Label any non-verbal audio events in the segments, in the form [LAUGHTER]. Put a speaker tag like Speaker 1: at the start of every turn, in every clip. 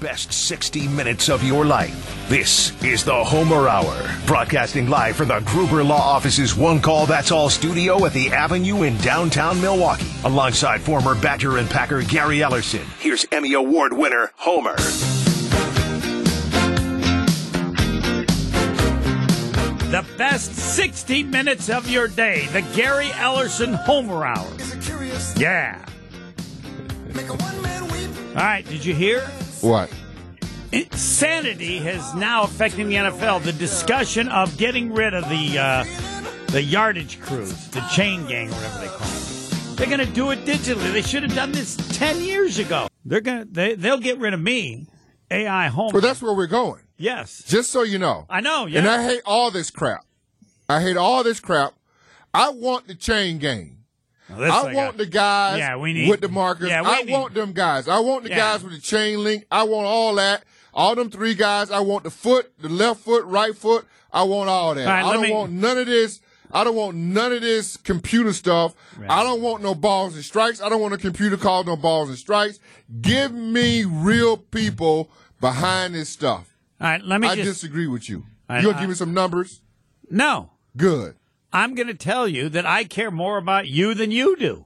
Speaker 1: Best 60 minutes of your life. This is the Homer Hour, broadcasting live from the Gruber Law Office's One Call That's All studio at the Avenue in downtown Milwaukee, alongside former Badger and Packer Gary Ellerson. Here's Emmy Award winner Homer.
Speaker 2: The best 60 minutes of your day, the Gary Ellerson Homer Hour. Yeah. All right, did you hear?
Speaker 3: What?
Speaker 2: Insanity has now affecting the NFL. The discussion of getting rid of the uh, the yardage crews, the chain gang, or whatever they call them. They're going to do it digitally. They should have done this 10 years ago. They're going to they, they'll get rid of me. AI Homer.
Speaker 3: Well, that's where we're going.
Speaker 2: yes.
Speaker 3: Just so you know.
Speaker 2: I know, yeah.
Speaker 3: And I hate all this crap. I hate all this crap. I want the chain gang.
Speaker 2: Now, that's
Speaker 3: I
Speaker 2: like
Speaker 3: want
Speaker 2: a-
Speaker 3: the guys
Speaker 2: Yeah, we need-
Speaker 3: with the markers.
Speaker 2: yeah, we
Speaker 3: I
Speaker 2: need-
Speaker 3: want them guys. I want the
Speaker 2: Yeah.
Speaker 3: guys with the chain link. I want all that. All them three guys. I want the foot, the left foot, right foot. I want all that.
Speaker 2: All right,
Speaker 3: I
Speaker 2: let
Speaker 3: don't
Speaker 2: me-
Speaker 3: want none of this. I don't want none of this computer stuff. I don't want no balls and strikes. I don't want a computer called no balls and strikes. Give me real people behind this stuff.
Speaker 2: All right, let me
Speaker 3: I
Speaker 2: just
Speaker 3: disagree with you.
Speaker 2: I-
Speaker 3: You'll
Speaker 2: I-
Speaker 3: give me some numbers.
Speaker 2: No.
Speaker 3: Good.
Speaker 2: I'm going to tell you that I care more about you than you do.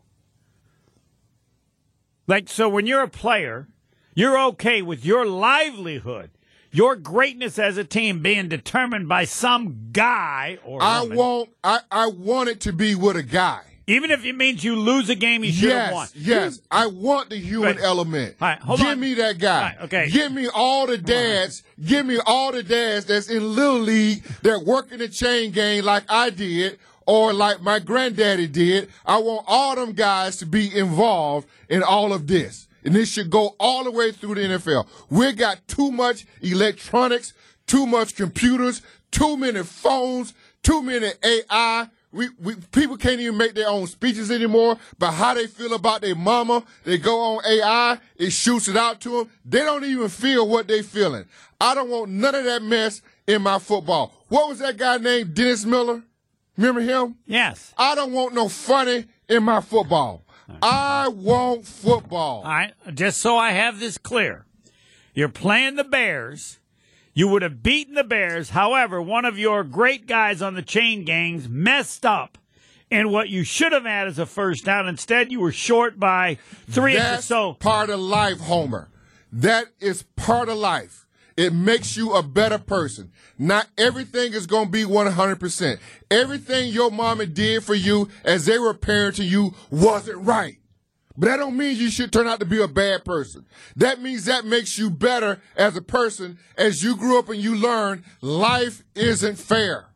Speaker 2: Like, so when you're a player, you're okay with your livelihood, your greatness as a team being determined by some guy or
Speaker 3: I
Speaker 2: woman.
Speaker 3: want. I, I want it to be with a guy.
Speaker 2: even if it means you lose a game you should have won.
Speaker 3: Yes, yes. I want the human
Speaker 2: Right.
Speaker 3: element.
Speaker 2: All right, hold
Speaker 3: Give
Speaker 2: on.
Speaker 3: me that guy.
Speaker 2: All right, okay.
Speaker 3: Give me all the dads. Give me all the dads that's in Little League that work in the chain gang like I did or like my granddaddy did. I want all them guys to be involved in all of this. And this should go all the way through the NFL. We got too much electronics, too much computers, too many phones, too many AI. We, we people can't even make their own speeches anymore. But how they feel about their mama, they go on AI, it shoots it out to them. They don't even feel what they feeling. I don't want none of that mess in my football. What was that guy named Dennis Miller? Remember him?
Speaker 2: Yes.
Speaker 3: I don't want no funny in my football. I want football.
Speaker 2: All right. Just so I have this clear, you're playing the Bears. You would have beaten the Bears. However, one of your great guys on the chain gangs messed up. in what you should have had as a first down, instead you were short by three. inches.
Speaker 3: That's
Speaker 2: So
Speaker 3: part of life, Homer. That is part of life. It makes you a better person. Not everything is going to be 100%. Everything your mama did for you as they were parenting you wasn't right. But that don't mean you should turn out to be a bad person. That means that makes you better as a person as you grew up and you learn life isn't fair.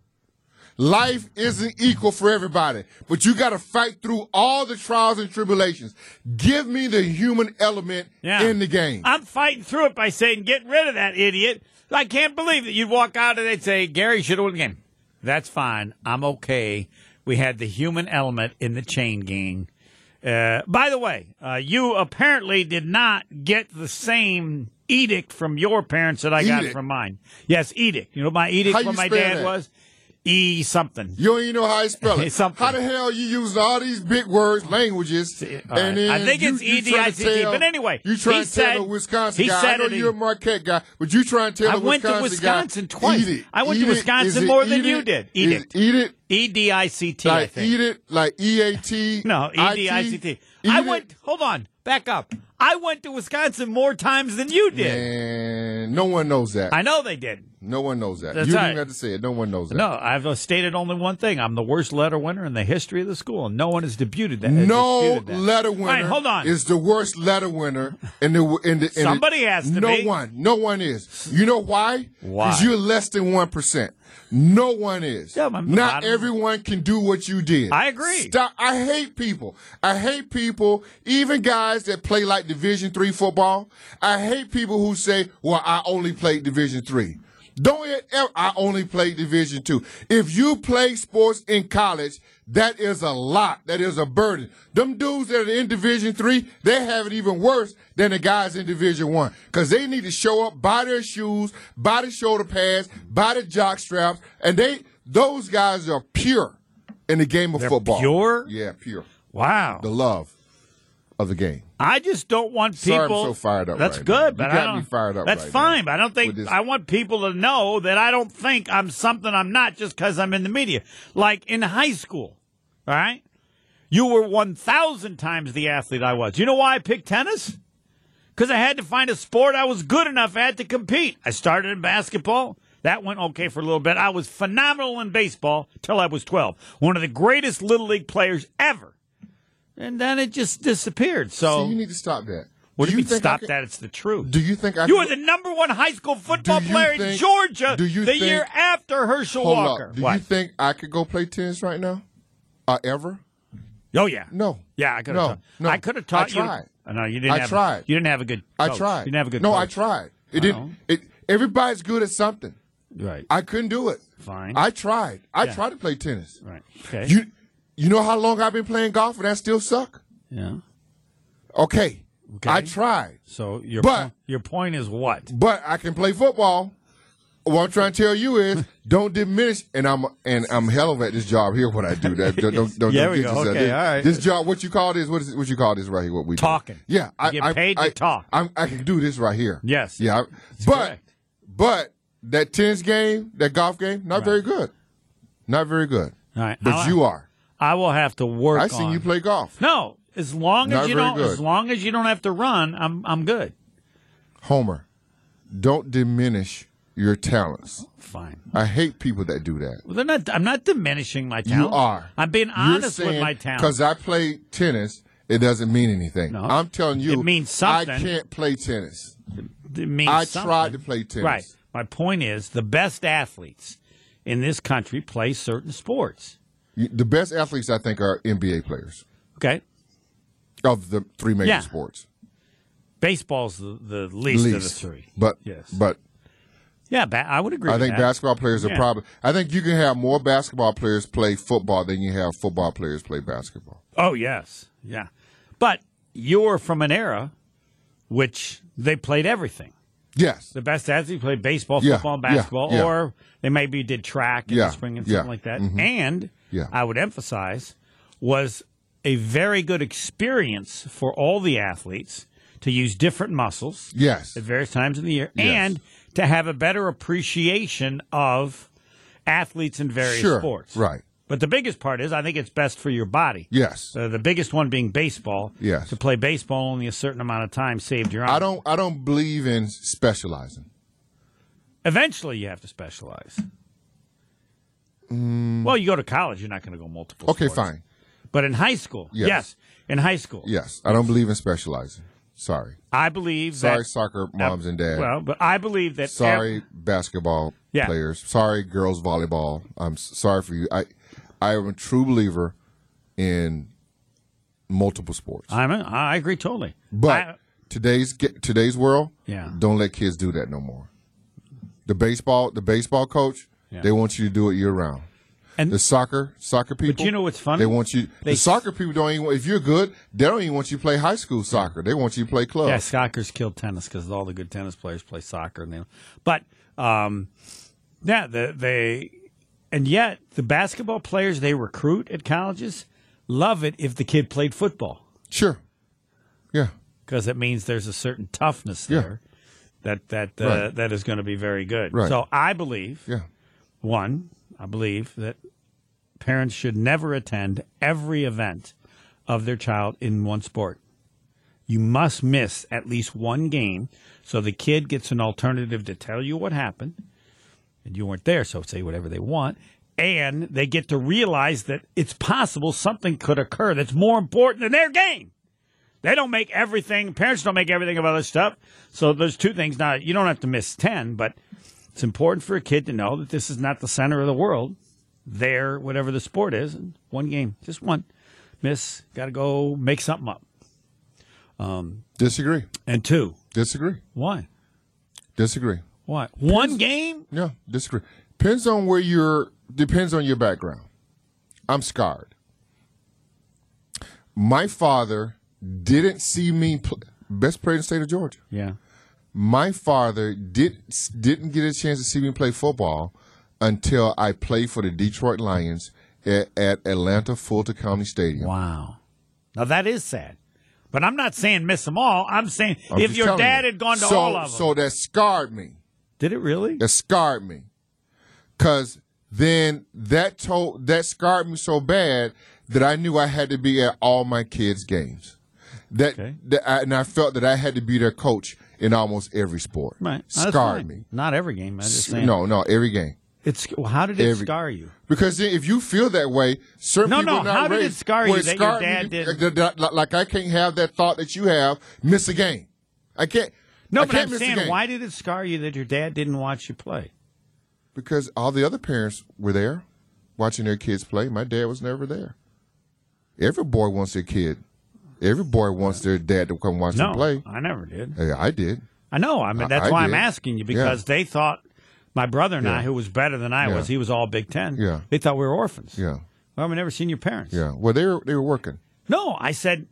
Speaker 3: Life isn't equal for everybody, but you got to fight through all the trials and tribulations. Give me the human element
Speaker 2: Yeah.
Speaker 3: in the game.
Speaker 2: I'm fighting through it by saying, "Get rid of that idiot." I can't believe that you'd walk out and they'd say, "Gary should have won the game." That's fine. I'm okay. We had the human element in the chain gang. Uh, by the way, uh, you apparently did not get the same edict from your parents that I got
Speaker 3: Edict?
Speaker 2: from mine. Yes, edict. You know what my edict
Speaker 3: How
Speaker 2: from
Speaker 3: you
Speaker 2: my
Speaker 3: spell
Speaker 2: dad
Speaker 3: that?
Speaker 2: was e something.
Speaker 3: you don't even know how you spell it.
Speaker 2: It's [LAUGHS] something.
Speaker 3: How the hell you using all these big words, languages,
Speaker 2: See, all right.
Speaker 3: and then
Speaker 2: I think
Speaker 3: you-
Speaker 2: it's
Speaker 3: you trying to
Speaker 2: EDICD,
Speaker 3: tell-
Speaker 2: but anyway,
Speaker 3: you trying
Speaker 2: he
Speaker 3: to tell
Speaker 2: said-
Speaker 3: a Wisconsin
Speaker 2: he
Speaker 3: guy.
Speaker 2: said
Speaker 3: I know
Speaker 2: it in-
Speaker 3: you're a Marquette guy, but you trying to tell
Speaker 2: I
Speaker 3: a
Speaker 2: went to
Speaker 3: Wisconsin
Speaker 2: Wisconsin
Speaker 3: guy,
Speaker 2: twice.
Speaker 3: Eat it.
Speaker 2: I went to
Speaker 3: Eat it.
Speaker 2: Wisconsin
Speaker 3: Is it
Speaker 2: more than
Speaker 3: eat
Speaker 2: you
Speaker 3: it?
Speaker 2: did.
Speaker 3: Is
Speaker 2: Edict.
Speaker 3: Eat it.
Speaker 2: E D I C T. I
Speaker 3: Like
Speaker 2: think.
Speaker 3: eat it, like E A T.
Speaker 2: No, E D I C T. I went. Hold on, back up. I went to Wisconsin more times than you did.
Speaker 3: And no one knows that.
Speaker 2: I know they did.
Speaker 3: No one knows that.
Speaker 2: That's
Speaker 3: you don't
Speaker 2: right.
Speaker 3: even have to say it. No one knows that.
Speaker 2: No, I've stated only one thing. I'm the worst letter winner in the history of the school, and no one has debuted that. has
Speaker 3: No
Speaker 2: disputed that.
Speaker 3: letter
Speaker 2: All
Speaker 3: winner
Speaker 2: right, hold on.
Speaker 3: is the worst letter winner in the in the in the-
Speaker 2: Somebody has to
Speaker 3: No
Speaker 2: be.
Speaker 3: one, no one is. You know why?
Speaker 2: Why?
Speaker 3: you're less than one percent. No one is.
Speaker 2: Yeah, I'm-
Speaker 3: Not
Speaker 2: I'm-
Speaker 3: everyone can do what you did.
Speaker 2: I agree.
Speaker 3: Stop. I hate people. I hate people, even guys that play like Division three football. I hate people who say, "Well, I only played Division three. Don't it ever. I only played Division two. If you play sports in college, that is a lot. That is a burden. Them dudes that are in Division three, they have it even worse than the guys in Division one because they need to show up, buy their shoes, buy the shoulder pads, buy the jock straps, and they those guys are pure in the game of
Speaker 2: They're
Speaker 3: football.
Speaker 2: pure?
Speaker 3: Yeah, pure.
Speaker 2: Wow.
Speaker 3: The love. of the game.
Speaker 2: I just don't want people.
Speaker 3: Sorry, I'm so fired up
Speaker 2: That's
Speaker 3: right now.
Speaker 2: good,
Speaker 3: You
Speaker 2: but I
Speaker 3: got
Speaker 2: don't,
Speaker 3: me fired up
Speaker 2: That's
Speaker 3: right
Speaker 2: fine,
Speaker 3: now
Speaker 2: but I don't think
Speaker 3: with this-
Speaker 2: I want people to know that I don't think I'm something I'm not just because I'm in the media. Like in high school, all right, you were one thousand times the athlete I was. You know why I picked tennis? Because I had to find a sport I was good enough at to compete. I started in basketball. That went okay for a little bit. I was phenomenal in baseball till I was 12. One of the greatest Little League players ever. And then it just disappeared. So
Speaker 3: See, you need to stop that.
Speaker 2: what do you, mean
Speaker 3: think I
Speaker 2: stop
Speaker 3: can-
Speaker 2: that? It's the truth.
Speaker 3: Do you think I
Speaker 2: you
Speaker 3: can-
Speaker 2: were the number one high school football
Speaker 3: Do you
Speaker 2: player in
Speaker 3: think-
Speaker 2: Georgia
Speaker 3: do you
Speaker 2: the
Speaker 3: think-
Speaker 2: year after Herschel
Speaker 3: Hold
Speaker 2: Walker.
Speaker 3: up. Do
Speaker 2: What?
Speaker 3: you think I could go play tennis right now? Uh, ever?
Speaker 2: oh yeah.
Speaker 3: No.
Speaker 2: Yeah, I could have.
Speaker 3: No,
Speaker 2: taught.
Speaker 3: no.
Speaker 2: I could have taught
Speaker 3: I
Speaker 2: you. Uh,
Speaker 3: tried.
Speaker 2: No, you didn't.
Speaker 3: I
Speaker 2: have,
Speaker 3: tried.
Speaker 2: You didn't have a good.
Speaker 3: I
Speaker 2: coach.
Speaker 3: tried.
Speaker 2: You didn't have a good.
Speaker 3: No,
Speaker 2: coach.
Speaker 3: I tried. It didn't. It. Everybody's good at something.
Speaker 2: Right.
Speaker 3: I couldn't do it.
Speaker 2: Fine.
Speaker 3: I tried. I
Speaker 2: Yeah.
Speaker 3: tried to play tennis.
Speaker 2: right. Okay.
Speaker 3: You, you know how long I've been playing golf and I still suck.
Speaker 2: yeah.
Speaker 3: Okay.
Speaker 2: Okay.
Speaker 3: I tried,
Speaker 2: So your
Speaker 3: But-
Speaker 2: po- your point is what?
Speaker 3: but I can play football. What I'm trying to tell
Speaker 2: [LAUGHS]
Speaker 3: you is, don't diminish. And I'm and I'm hell of at this job here. What I do, that don't don't, don't,
Speaker 2: Yeah,
Speaker 3: don't
Speaker 2: we
Speaker 3: get
Speaker 2: go.
Speaker 3: yourself.
Speaker 2: Okay,
Speaker 3: this,
Speaker 2: all right.
Speaker 3: This job, what you call this? What is what you call this right here? What we do?
Speaker 2: Talking.
Speaker 3: Yeah, I
Speaker 2: get
Speaker 3: I,
Speaker 2: paid to
Speaker 3: I,
Speaker 2: talk.
Speaker 3: I'm, I can do this right here.
Speaker 2: Yes.
Speaker 3: Yeah, I- but
Speaker 2: correct.
Speaker 3: but that tennis game, that golf game, not very good, not very good.
Speaker 2: All right.
Speaker 3: But
Speaker 2: I'll-
Speaker 3: you are.
Speaker 2: I will have to work.
Speaker 3: I seen
Speaker 2: on-
Speaker 3: you play golf.
Speaker 2: No, as long as
Speaker 3: Not
Speaker 2: you
Speaker 3: very
Speaker 2: don't.
Speaker 3: good.
Speaker 2: As long as you don't have to run, I'm I'm good.
Speaker 3: Homer, don't diminish your talents.
Speaker 2: Fine.
Speaker 3: I hate people that do that.
Speaker 2: Well, they're not. I'm not diminishing my
Speaker 3: You
Speaker 2: talent.
Speaker 3: are.
Speaker 2: I'm being honest with my talent.
Speaker 3: Because I play tennis, it doesn't mean anything.
Speaker 2: No.
Speaker 3: I'm telling you,
Speaker 2: It means
Speaker 3: I
Speaker 2: something.
Speaker 3: can't play tennis.
Speaker 2: It means
Speaker 3: I
Speaker 2: something.
Speaker 3: tried to play tennis.
Speaker 2: Right. My point is, the best athletes in this country play certain sports.
Speaker 3: You- The best athletes, I think, are NBA players
Speaker 2: Okay.
Speaker 3: of the three major
Speaker 2: Yeah.
Speaker 3: sports.
Speaker 2: Baseball's the, the least, of the
Speaker 3: Least.
Speaker 2: three.
Speaker 3: But,
Speaker 2: Yes.
Speaker 3: but
Speaker 2: Yeah, ba- I would agree.
Speaker 3: I
Speaker 2: with
Speaker 3: think
Speaker 2: that.
Speaker 3: basketball players are
Speaker 2: Yeah.
Speaker 3: probably. I think you can have more basketball players play football than you have football players play basketball.
Speaker 2: Oh yes, yeah. But you're from an era which they played everything.
Speaker 3: Yes.
Speaker 2: The best athlete played baseball,
Speaker 3: Yeah,
Speaker 2: football, and
Speaker 3: yeah,
Speaker 2: basketball,
Speaker 3: yeah.
Speaker 2: or they maybe did track in
Speaker 3: Yeah,
Speaker 2: the spring and
Speaker 3: yeah, Mm-hmm.
Speaker 2: something like that. And
Speaker 3: Yeah.
Speaker 2: I would emphasize was a very good experience for all the athletes to use different muscles
Speaker 3: Yes.
Speaker 2: at various times in the year
Speaker 3: Yes.
Speaker 2: and to have a better appreciation of athletes in various
Speaker 3: Sure.
Speaker 2: sports.
Speaker 3: Right.
Speaker 2: But the biggest part is I think it's best for your body.
Speaker 3: Yes.
Speaker 2: Uh, the biggest one being baseball.
Speaker 3: Yes.
Speaker 2: To play baseball only a certain amount of time saved your
Speaker 3: I
Speaker 2: arm.
Speaker 3: don't. I don't believe in specializing.
Speaker 2: Eventually, you have to specialize. Well, you go to college, you're not going to go multiple.
Speaker 3: Mm. Okay,
Speaker 2: sports.
Speaker 3: fine.
Speaker 2: But in high school, yes,
Speaker 3: Yes.
Speaker 2: in high school,
Speaker 3: Yes, I don't believe in specializing. Sorry.
Speaker 2: I believe
Speaker 3: Sorry,
Speaker 2: that.
Speaker 3: soccer moms and dads.
Speaker 2: Well, but I believe that.
Speaker 3: sorry,
Speaker 2: ev-
Speaker 3: basketball
Speaker 2: Yeah.
Speaker 3: players. Sorry, girls volleyball. I'm s- sorry for you. I, I am a true believer in multiple sports.
Speaker 2: I'm. A, I agree totally.
Speaker 3: but
Speaker 2: I-
Speaker 3: today's ge- today's world,
Speaker 2: Yeah.
Speaker 3: don't let kids do that no more. The baseball, the baseball coach,
Speaker 2: Yeah.
Speaker 3: they want you to do it year round.
Speaker 2: And-
Speaker 3: the soccer, soccer people.
Speaker 2: you know what's funny?
Speaker 3: They want you.
Speaker 2: They-
Speaker 3: the soccer people don't even. If you're good, they don't even want you to play high school soccer. They want you to play club.
Speaker 2: yeah, soccer's killed tennis because all the good tennis players play soccer, and they. But um, yeah, the, they, and yet the basketball players they recruit at colleges love it if the kid played football.
Speaker 3: Sure. Yeah.
Speaker 2: because it means there's a certain toughness
Speaker 3: Yeah.
Speaker 2: there that that uh,
Speaker 3: Right.
Speaker 2: that is going to be very good.
Speaker 3: Right.
Speaker 2: So I believe
Speaker 3: Yeah.
Speaker 2: one, I believe that parents should never attend every event of their child in one sport. You must miss at least one game so the kid gets an alternative to tell you what happened and you weren't there, so say whatever they want. And they get to realize that it's possible something could occur that's more important than their game. They don't make everything, parents don't make everything of other stuff. So there's two things. Now, you don't have to miss 10, but it's important for a kid to know that this is not the center of the world. There, whatever the sport is, and one game, just one. Miss, got to go make something up.
Speaker 3: Disagree.
Speaker 2: And two,
Speaker 3: Disagree.
Speaker 2: why?
Speaker 3: Disagree.
Speaker 2: Why? One game?
Speaker 3: Yeah, disagree. Depends on where you're. Depends on your background. I'm scarred. My father didn't see me pl- best player in the state of Georgia.
Speaker 2: Yeah.
Speaker 3: My father did didn't get a chance to see me play football until I played for the Detroit Lions at, at Atlanta Fulton County Stadium.
Speaker 2: Wow. Now that is sad. But I'm not saying miss them all. I'm saying
Speaker 3: I'm
Speaker 2: if
Speaker 3: just
Speaker 2: your
Speaker 3: telling
Speaker 2: dad
Speaker 3: you.
Speaker 2: had gone to
Speaker 3: so,
Speaker 2: all of them,
Speaker 3: So that scarred me.
Speaker 2: did it really?
Speaker 3: That scarred me. Cause then that told that scarred me so bad that I knew I had to be at all my kids' games. That,
Speaker 2: Okay.
Speaker 3: that I, and I felt that I had to be their coach in almost every sport.
Speaker 2: Right, No, that's
Speaker 3: Scarred
Speaker 2: fine.
Speaker 3: me.
Speaker 2: Not every game. I'm just saying.
Speaker 3: No, no, every game.
Speaker 2: it's well, how did it
Speaker 3: Every-
Speaker 2: scar you?
Speaker 3: Because then if you feel that way, certain
Speaker 2: No,
Speaker 3: people
Speaker 2: no,
Speaker 3: are not
Speaker 2: how did it
Speaker 3: raised,
Speaker 2: scar
Speaker 3: Well,
Speaker 2: you
Speaker 3: it
Speaker 2: that your
Speaker 3: scarred me
Speaker 2: dad didn't-
Speaker 3: that- that- Like, I can't have that thought that you have. Miss a game. I can't.
Speaker 2: No,
Speaker 3: I
Speaker 2: but
Speaker 3: can't
Speaker 2: I'm
Speaker 3: miss a
Speaker 2: saying
Speaker 3: game.
Speaker 2: why did it scar you that your dad didn't watch you play?
Speaker 3: Because all the other parents were there, watching their kids play. My dad was never there. Every boy wants their kid. Every boy wants their dad to come watch
Speaker 2: No,
Speaker 3: them play.
Speaker 2: I never did.
Speaker 3: Hey, I did.
Speaker 2: I know. I mean,
Speaker 3: I-
Speaker 2: that's
Speaker 3: I
Speaker 2: why I'm
Speaker 3: did.
Speaker 2: asking you because they thought my brother and I,
Speaker 3: Yeah.
Speaker 2: who was better than I
Speaker 3: Yeah.
Speaker 2: was, he was all Big Ten.
Speaker 3: Yeah.
Speaker 2: They thought we were orphans.
Speaker 3: Yeah,
Speaker 2: Well, I've never seen your parents.
Speaker 3: yeah. Well, they were they were working.
Speaker 2: No, I said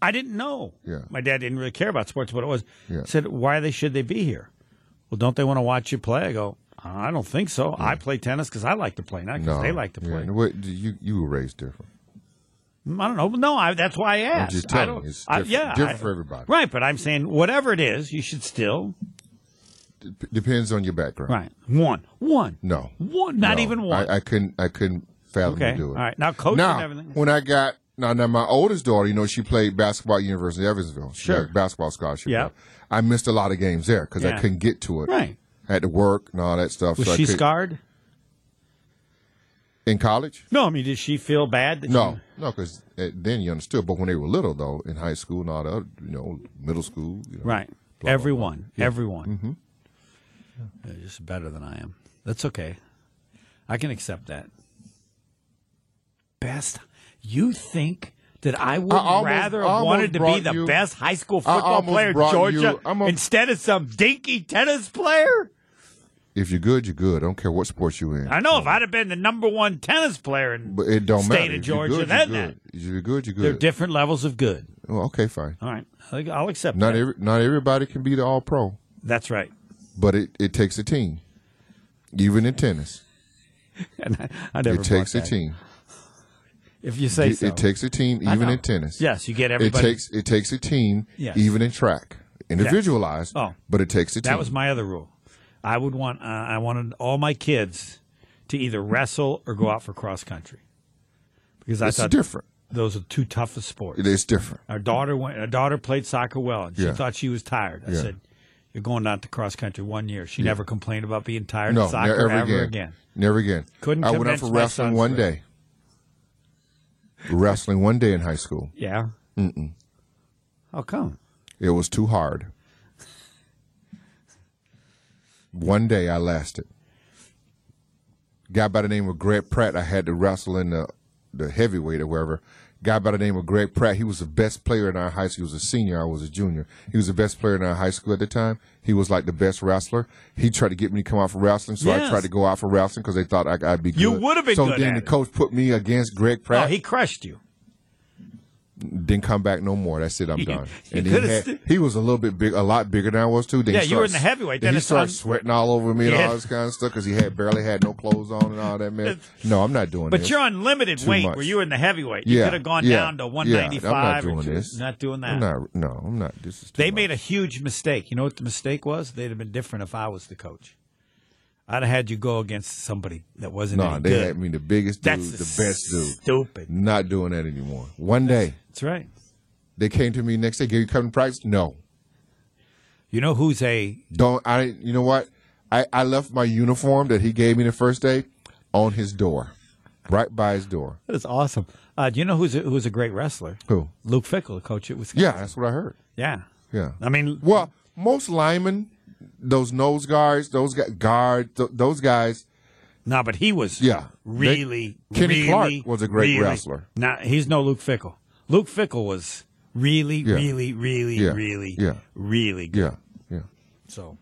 Speaker 2: I didn't know.
Speaker 3: Yeah.
Speaker 2: My dad didn't really care about sports, but it was
Speaker 3: Yeah.
Speaker 2: I said why they should they be here? Well, don't they want to watch you play? I go. I don't think so. I play tennis because I like to play, not because
Speaker 3: No,
Speaker 2: they like to
Speaker 3: yeah.
Speaker 2: play. Mm,
Speaker 3: What- you you were raised different.
Speaker 2: I don't know. No, I, that's why I asked.
Speaker 3: just
Speaker 2: I
Speaker 3: telling
Speaker 2: don't,
Speaker 3: you, it's
Speaker 2: I-
Speaker 3: different-
Speaker 2: yeah,
Speaker 3: different
Speaker 2: I-
Speaker 3: for everybody.
Speaker 2: Right, but I'm saying whatever it is, you should still
Speaker 3: Dep- depends on your background.
Speaker 2: right one one
Speaker 3: No.
Speaker 2: one not
Speaker 3: No,
Speaker 2: even one.
Speaker 3: I, I couldn't. I couldn't fathom
Speaker 2: Okay,
Speaker 3: to do it.
Speaker 2: all right. Now, coach
Speaker 3: now,
Speaker 2: and everything.
Speaker 3: When I got now, now my oldest daughter, you know, she played basketball at University of Evansville. She
Speaker 2: Sure.
Speaker 3: got a basketball scholarship.
Speaker 2: Yeah.
Speaker 3: I missed a lot of games there because
Speaker 2: Yeah.
Speaker 3: I couldn't get to it.
Speaker 2: Right.
Speaker 3: I had to work and all that stuff.
Speaker 2: was
Speaker 3: so
Speaker 2: she
Speaker 3: I could,
Speaker 2: scarred?
Speaker 3: in college?
Speaker 2: No, I mean, did she feel bad? That
Speaker 3: No, no, because then you understood. But when they were little, though, in high school and all that, other, you know, middle school, you know,
Speaker 2: she- right.
Speaker 3: blah, Mm-hmm.
Speaker 2: everyone, everyone. They're just better than I am. That's okay. I can accept that. Best. You think that I would
Speaker 3: I almost-
Speaker 2: rather
Speaker 3: I
Speaker 2: have
Speaker 3: almost
Speaker 2: wanted to be
Speaker 3: brought
Speaker 2: the
Speaker 3: you-
Speaker 2: best high school
Speaker 3: I
Speaker 2: football
Speaker 3: almost
Speaker 2: player in
Speaker 3: brought you-
Speaker 2: Georgia
Speaker 3: I'm a-
Speaker 2: instead of some dinky tennis player?
Speaker 3: If you're good, you're good. I don't care what sport you're in.
Speaker 2: I know if I'd have been the number one tennis player in
Speaker 3: but it don't
Speaker 2: state
Speaker 3: matter.
Speaker 2: of
Speaker 3: If you're
Speaker 2: Georgia,
Speaker 3: good,
Speaker 2: then
Speaker 3: you're good.
Speaker 2: that.
Speaker 3: If you're good, you're
Speaker 2: There are
Speaker 3: good.
Speaker 2: different levels of good.
Speaker 3: well, okay, fine.
Speaker 2: All right. I think I'll accept
Speaker 3: Not
Speaker 2: that.
Speaker 3: every not everybody can be the all pro,
Speaker 2: That's right.
Speaker 3: but it, it takes a team. Even in tennis,
Speaker 2: [LAUGHS] And I, I never
Speaker 3: it takes a
Speaker 2: bought that.
Speaker 3: team.
Speaker 2: If you say
Speaker 3: It,
Speaker 2: so.
Speaker 3: it takes a team,
Speaker 2: I
Speaker 3: even
Speaker 2: know.
Speaker 3: in tennis.
Speaker 2: Yes, you get
Speaker 3: it
Speaker 2: everybody.
Speaker 3: takes it takes a team,
Speaker 2: Yes.
Speaker 3: even in track. Individualized,
Speaker 2: Oh.
Speaker 3: but it takes a team.
Speaker 2: that was my other rule. I would want. Uh, I wanted all my kids to either wrestle or go out for cross country because I
Speaker 3: it's
Speaker 2: thought
Speaker 3: different.
Speaker 2: those are two toughest sports.
Speaker 3: It is different.
Speaker 2: Our daughter went. Our daughter played soccer well, and she
Speaker 3: Yeah.
Speaker 2: thought she was tired. I
Speaker 3: Yeah.
Speaker 2: said, "You're going out to cross country one year." She never complained about being tired
Speaker 3: No,
Speaker 2: of soccer
Speaker 3: never
Speaker 2: ever,
Speaker 3: again.
Speaker 2: again.
Speaker 3: Never again.
Speaker 2: Couldn't
Speaker 3: I went out
Speaker 2: convince
Speaker 3: for
Speaker 2: my
Speaker 3: wrestling
Speaker 2: sons
Speaker 3: one
Speaker 2: to
Speaker 3: day. wrestling one day in high school.
Speaker 2: Yeah. How come?
Speaker 3: It was too hard. One day I lasted. Guy by the name of Greg Pratt, I had to wrestle in the, the heavyweight or wherever. Guy by the name of Greg Pratt, he was the best player in our high school. He was a senior, I was a junior. He was the best player in our high school at the time. He was like the best wrestler. He tried to get me to come out for wrestling, so I
Speaker 2: Yes.
Speaker 3: tried to go out for wrestling because they thought I, I'd be good.
Speaker 2: You would've been
Speaker 3: so
Speaker 2: good
Speaker 3: then
Speaker 2: at it.
Speaker 3: the coach put me against Greg
Speaker 2: Oh,
Speaker 3: Pratt.
Speaker 2: he crushed you.
Speaker 3: didn't come back no more. That's it. I'm done.
Speaker 2: [LAUGHS] you
Speaker 3: And he,
Speaker 2: coulda
Speaker 3: had,
Speaker 2: st-
Speaker 3: he was a little bit big, a lot bigger than I was too. Then he
Speaker 2: Yeah, you were in
Speaker 3: starts-
Speaker 2: the heavyweight.
Speaker 3: Then
Speaker 2: Then
Speaker 3: he
Speaker 2: it's
Speaker 3: started
Speaker 2: un-
Speaker 3: sweating all over me and
Speaker 2: Yeah.
Speaker 3: all this kind of stuff because he had barely had no clothes on and all that. Man, no, I'm not doing
Speaker 2: But
Speaker 3: this.
Speaker 2: you're unlimited
Speaker 3: Too
Speaker 2: weight
Speaker 3: much.
Speaker 2: where you were in the heavyweight. You
Speaker 3: Yeah,
Speaker 2: could have gone
Speaker 3: yeah,
Speaker 2: down to
Speaker 3: yeah, I'm not
Speaker 2: 195.
Speaker 3: doing
Speaker 2: or two-
Speaker 3: this.
Speaker 2: Not doing that.
Speaker 3: I'm not. No, I'm not. This is. Too
Speaker 2: They made a huge mistake. You know what the mistake was? They'd have been different if I was the coach. I'd have had you go against somebody that wasn't
Speaker 3: No,
Speaker 2: any
Speaker 3: they
Speaker 2: good.
Speaker 3: had me the biggest dude,
Speaker 2: That's
Speaker 3: the best dude.
Speaker 2: Stupid.
Speaker 3: Not doing that anymore. One day
Speaker 2: That's right.
Speaker 3: they came to me next day. Can you come to practice? No,
Speaker 2: You know who's a
Speaker 3: don't. I. You know what? I I left my uniform that he gave me the first day on his door, right by his door.
Speaker 2: that is awesome. Uh, do you know who's a, who's a great wrestler?
Speaker 3: Who?
Speaker 2: Luke Fickle, the coach at Wisconsin.
Speaker 3: Yeah, that's what I heard.
Speaker 2: Yeah.
Speaker 3: Yeah.
Speaker 2: I mean,
Speaker 3: Well, most linemen, those nose guards, those guy, guard, th- those guys.
Speaker 2: no, but he was
Speaker 3: Yeah.
Speaker 2: really
Speaker 3: They- Kenny
Speaker 2: really,
Speaker 3: Clark was a great
Speaker 2: really-
Speaker 3: wrestler.
Speaker 2: Nah, he's no Luke Fickle. Luke Fickle was really really really
Speaker 3: Yeah.
Speaker 2: really
Speaker 3: Yeah.
Speaker 2: really good.
Speaker 3: Yeah, yeah.
Speaker 2: So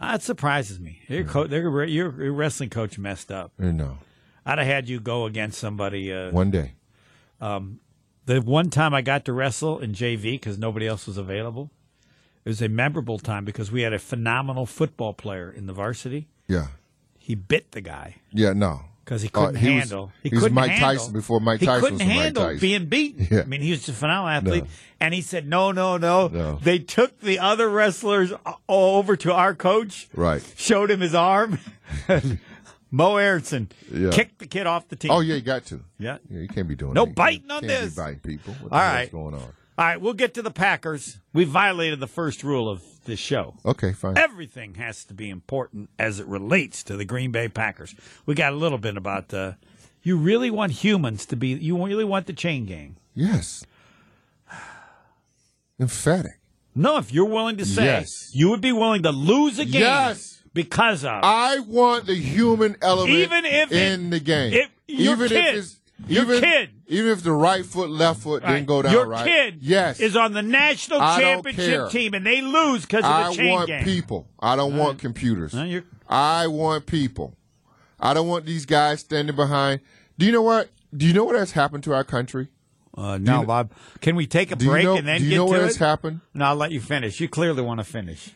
Speaker 2: that surprises me. Your
Speaker 3: Mm-hmm.
Speaker 2: co- their, your, your wrestling coach messed up.
Speaker 3: You know,
Speaker 2: I'd have had you go against somebody. Uh,
Speaker 3: one day.
Speaker 2: the one time I got to wrestle in JV because nobody else was available, it was a memorable time because we had a phenomenal football player in the varsity.
Speaker 3: Yeah,
Speaker 2: He bit the guy
Speaker 3: yeah. No,
Speaker 2: because he
Speaker 3: Uh,
Speaker 2: couldn't
Speaker 3: he was-
Speaker 2: handle.
Speaker 3: he was
Speaker 2: couldn't
Speaker 3: Mike
Speaker 2: handle-
Speaker 3: Tyson before Mike
Speaker 2: he
Speaker 3: Tyson
Speaker 2: couldn't
Speaker 3: was Mike
Speaker 2: handle
Speaker 3: Tyson.
Speaker 2: being beaten.
Speaker 3: [LAUGHS] Yeah.
Speaker 2: I mean, he was a phenomenal athlete,
Speaker 3: No.
Speaker 2: and he said, "No, no, no,
Speaker 3: No.
Speaker 2: They took the other wrestlers o- over to our coach.
Speaker 3: Right.
Speaker 2: Showed him his arm.
Speaker 3: [LAUGHS]
Speaker 2: Mo Aronson
Speaker 3: Yeah.
Speaker 2: kicked the kid off the team.
Speaker 3: Oh yeah, you got to.
Speaker 2: Yeah.
Speaker 3: yeah you can't be doing
Speaker 2: No
Speaker 3: that.
Speaker 2: biting
Speaker 3: you
Speaker 2: on
Speaker 3: can't
Speaker 2: this.
Speaker 3: Be biting people. What the
Speaker 2: All
Speaker 3: hell's
Speaker 2: right.
Speaker 3: going on?
Speaker 2: All right, we'll get to the Packers. We violated the first rule of this show.
Speaker 3: Okay, fine.
Speaker 2: Everything has to be important as it relates to the Green Bay Packers. We got a little bit about the. You really want humans to be. You really want the chain gang.
Speaker 3: Yes. Emphatic.
Speaker 2: No, if you're willing to say
Speaker 3: Yes.
Speaker 2: you would be willing to lose a game
Speaker 3: Yes.
Speaker 2: because of.
Speaker 3: I want the human element
Speaker 2: Even if it-
Speaker 3: in the game.
Speaker 2: if- your
Speaker 3: even
Speaker 2: kid-
Speaker 3: if it's,
Speaker 2: your
Speaker 3: even,
Speaker 2: kid.
Speaker 3: Even if the right foot, left foot
Speaker 2: All right,
Speaker 3: didn't go down
Speaker 2: Your
Speaker 3: right.
Speaker 2: kid
Speaker 3: yes.
Speaker 2: is on the national
Speaker 3: I don't care.
Speaker 2: championship team, and they lose because of
Speaker 3: I
Speaker 2: the chain
Speaker 3: want
Speaker 2: gang.
Speaker 3: people. I don't want computers.
Speaker 2: No, you're-
Speaker 3: I want people. I don't want these guys standing behind. Do you know what? Do you know what has happened to our country?
Speaker 2: Uh, no, Bob. Can we take a
Speaker 3: Do you
Speaker 2: break
Speaker 3: know-
Speaker 2: and then
Speaker 3: do you
Speaker 2: get
Speaker 3: know
Speaker 2: to
Speaker 3: what
Speaker 2: it?
Speaker 3: has happened?
Speaker 2: No, I'll let you finish. You clearly want to finish.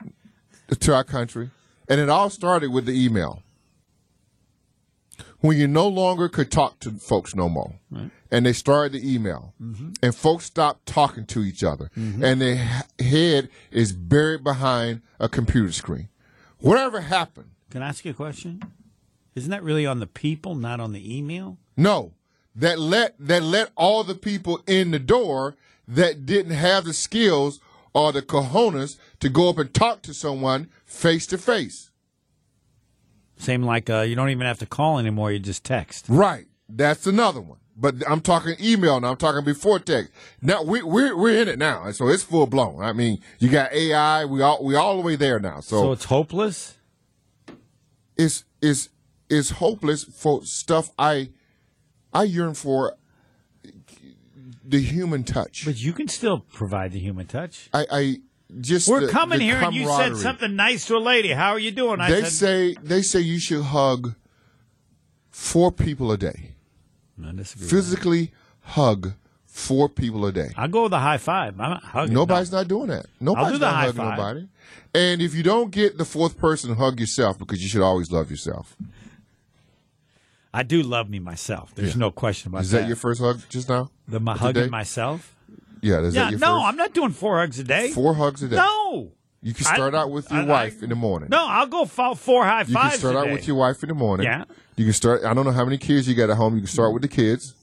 Speaker 3: to our country. And it all started with the email. When you no longer could talk to folks no more. And they started the email. And folks stopped talking to each other. And their he- head is buried behind a computer screen. Whatever happened.
Speaker 2: Can I ask you a question? Isn't that really on the people, not on the email?
Speaker 3: No, that let that let all the people in the door that didn't have the skills or the cojones to go up and talk to someone face to face.
Speaker 2: Same like uh, you don't even have to call anymore; you just text.
Speaker 3: Right. That's another one. But I'm talking email now. I'm talking before text. Now we we're we're in it now, and so it's full blown. I mean, you got AI. We all we all the way there now.
Speaker 2: So
Speaker 3: So,
Speaker 2: it's hopeless.
Speaker 3: it's it's it's hopeless for stuff. I I yearn for the human touch.
Speaker 2: But you can still provide the human touch.
Speaker 3: I I just
Speaker 2: We're
Speaker 3: the-
Speaker 2: coming
Speaker 3: the
Speaker 2: here, and you said
Speaker 3: camaraderie.
Speaker 2: something nice to a lady. How are you doing? I
Speaker 3: They
Speaker 2: said,
Speaker 3: say they say you should hug four people a day.
Speaker 2: I disagree.
Speaker 3: Physically hug four people a day.
Speaker 2: I'll go with a high five. I'm not hugging.
Speaker 3: Nobody's not doing that. Nobody's
Speaker 2: the
Speaker 3: not
Speaker 2: high
Speaker 3: hugging
Speaker 2: five.
Speaker 3: nobody. And if you don't get the fourth person, hug yourself because you should always love yourself.
Speaker 2: I do love me myself. There's no question about
Speaker 3: Is that your first hug just now?
Speaker 2: the my,
Speaker 3: Of
Speaker 2: hugging
Speaker 3: day?
Speaker 2: myself?
Speaker 3: Yeah, is
Speaker 2: Yeah,
Speaker 3: that
Speaker 2: no,
Speaker 3: your first?
Speaker 2: I'm not doing four hugs a day.
Speaker 3: Four hugs a day.
Speaker 2: No,
Speaker 3: You can
Speaker 2: I-
Speaker 3: start out with your
Speaker 2: I-
Speaker 3: wife
Speaker 2: I-
Speaker 3: in the morning.
Speaker 2: no, I'll go fo- four high
Speaker 3: you
Speaker 2: fives.
Speaker 3: can start out
Speaker 2: a
Speaker 3: with
Speaker 2: day.
Speaker 3: your wife in the morning.
Speaker 2: Yeah.
Speaker 3: You can start. I don't know how many kids you got at home. You can start with the kids,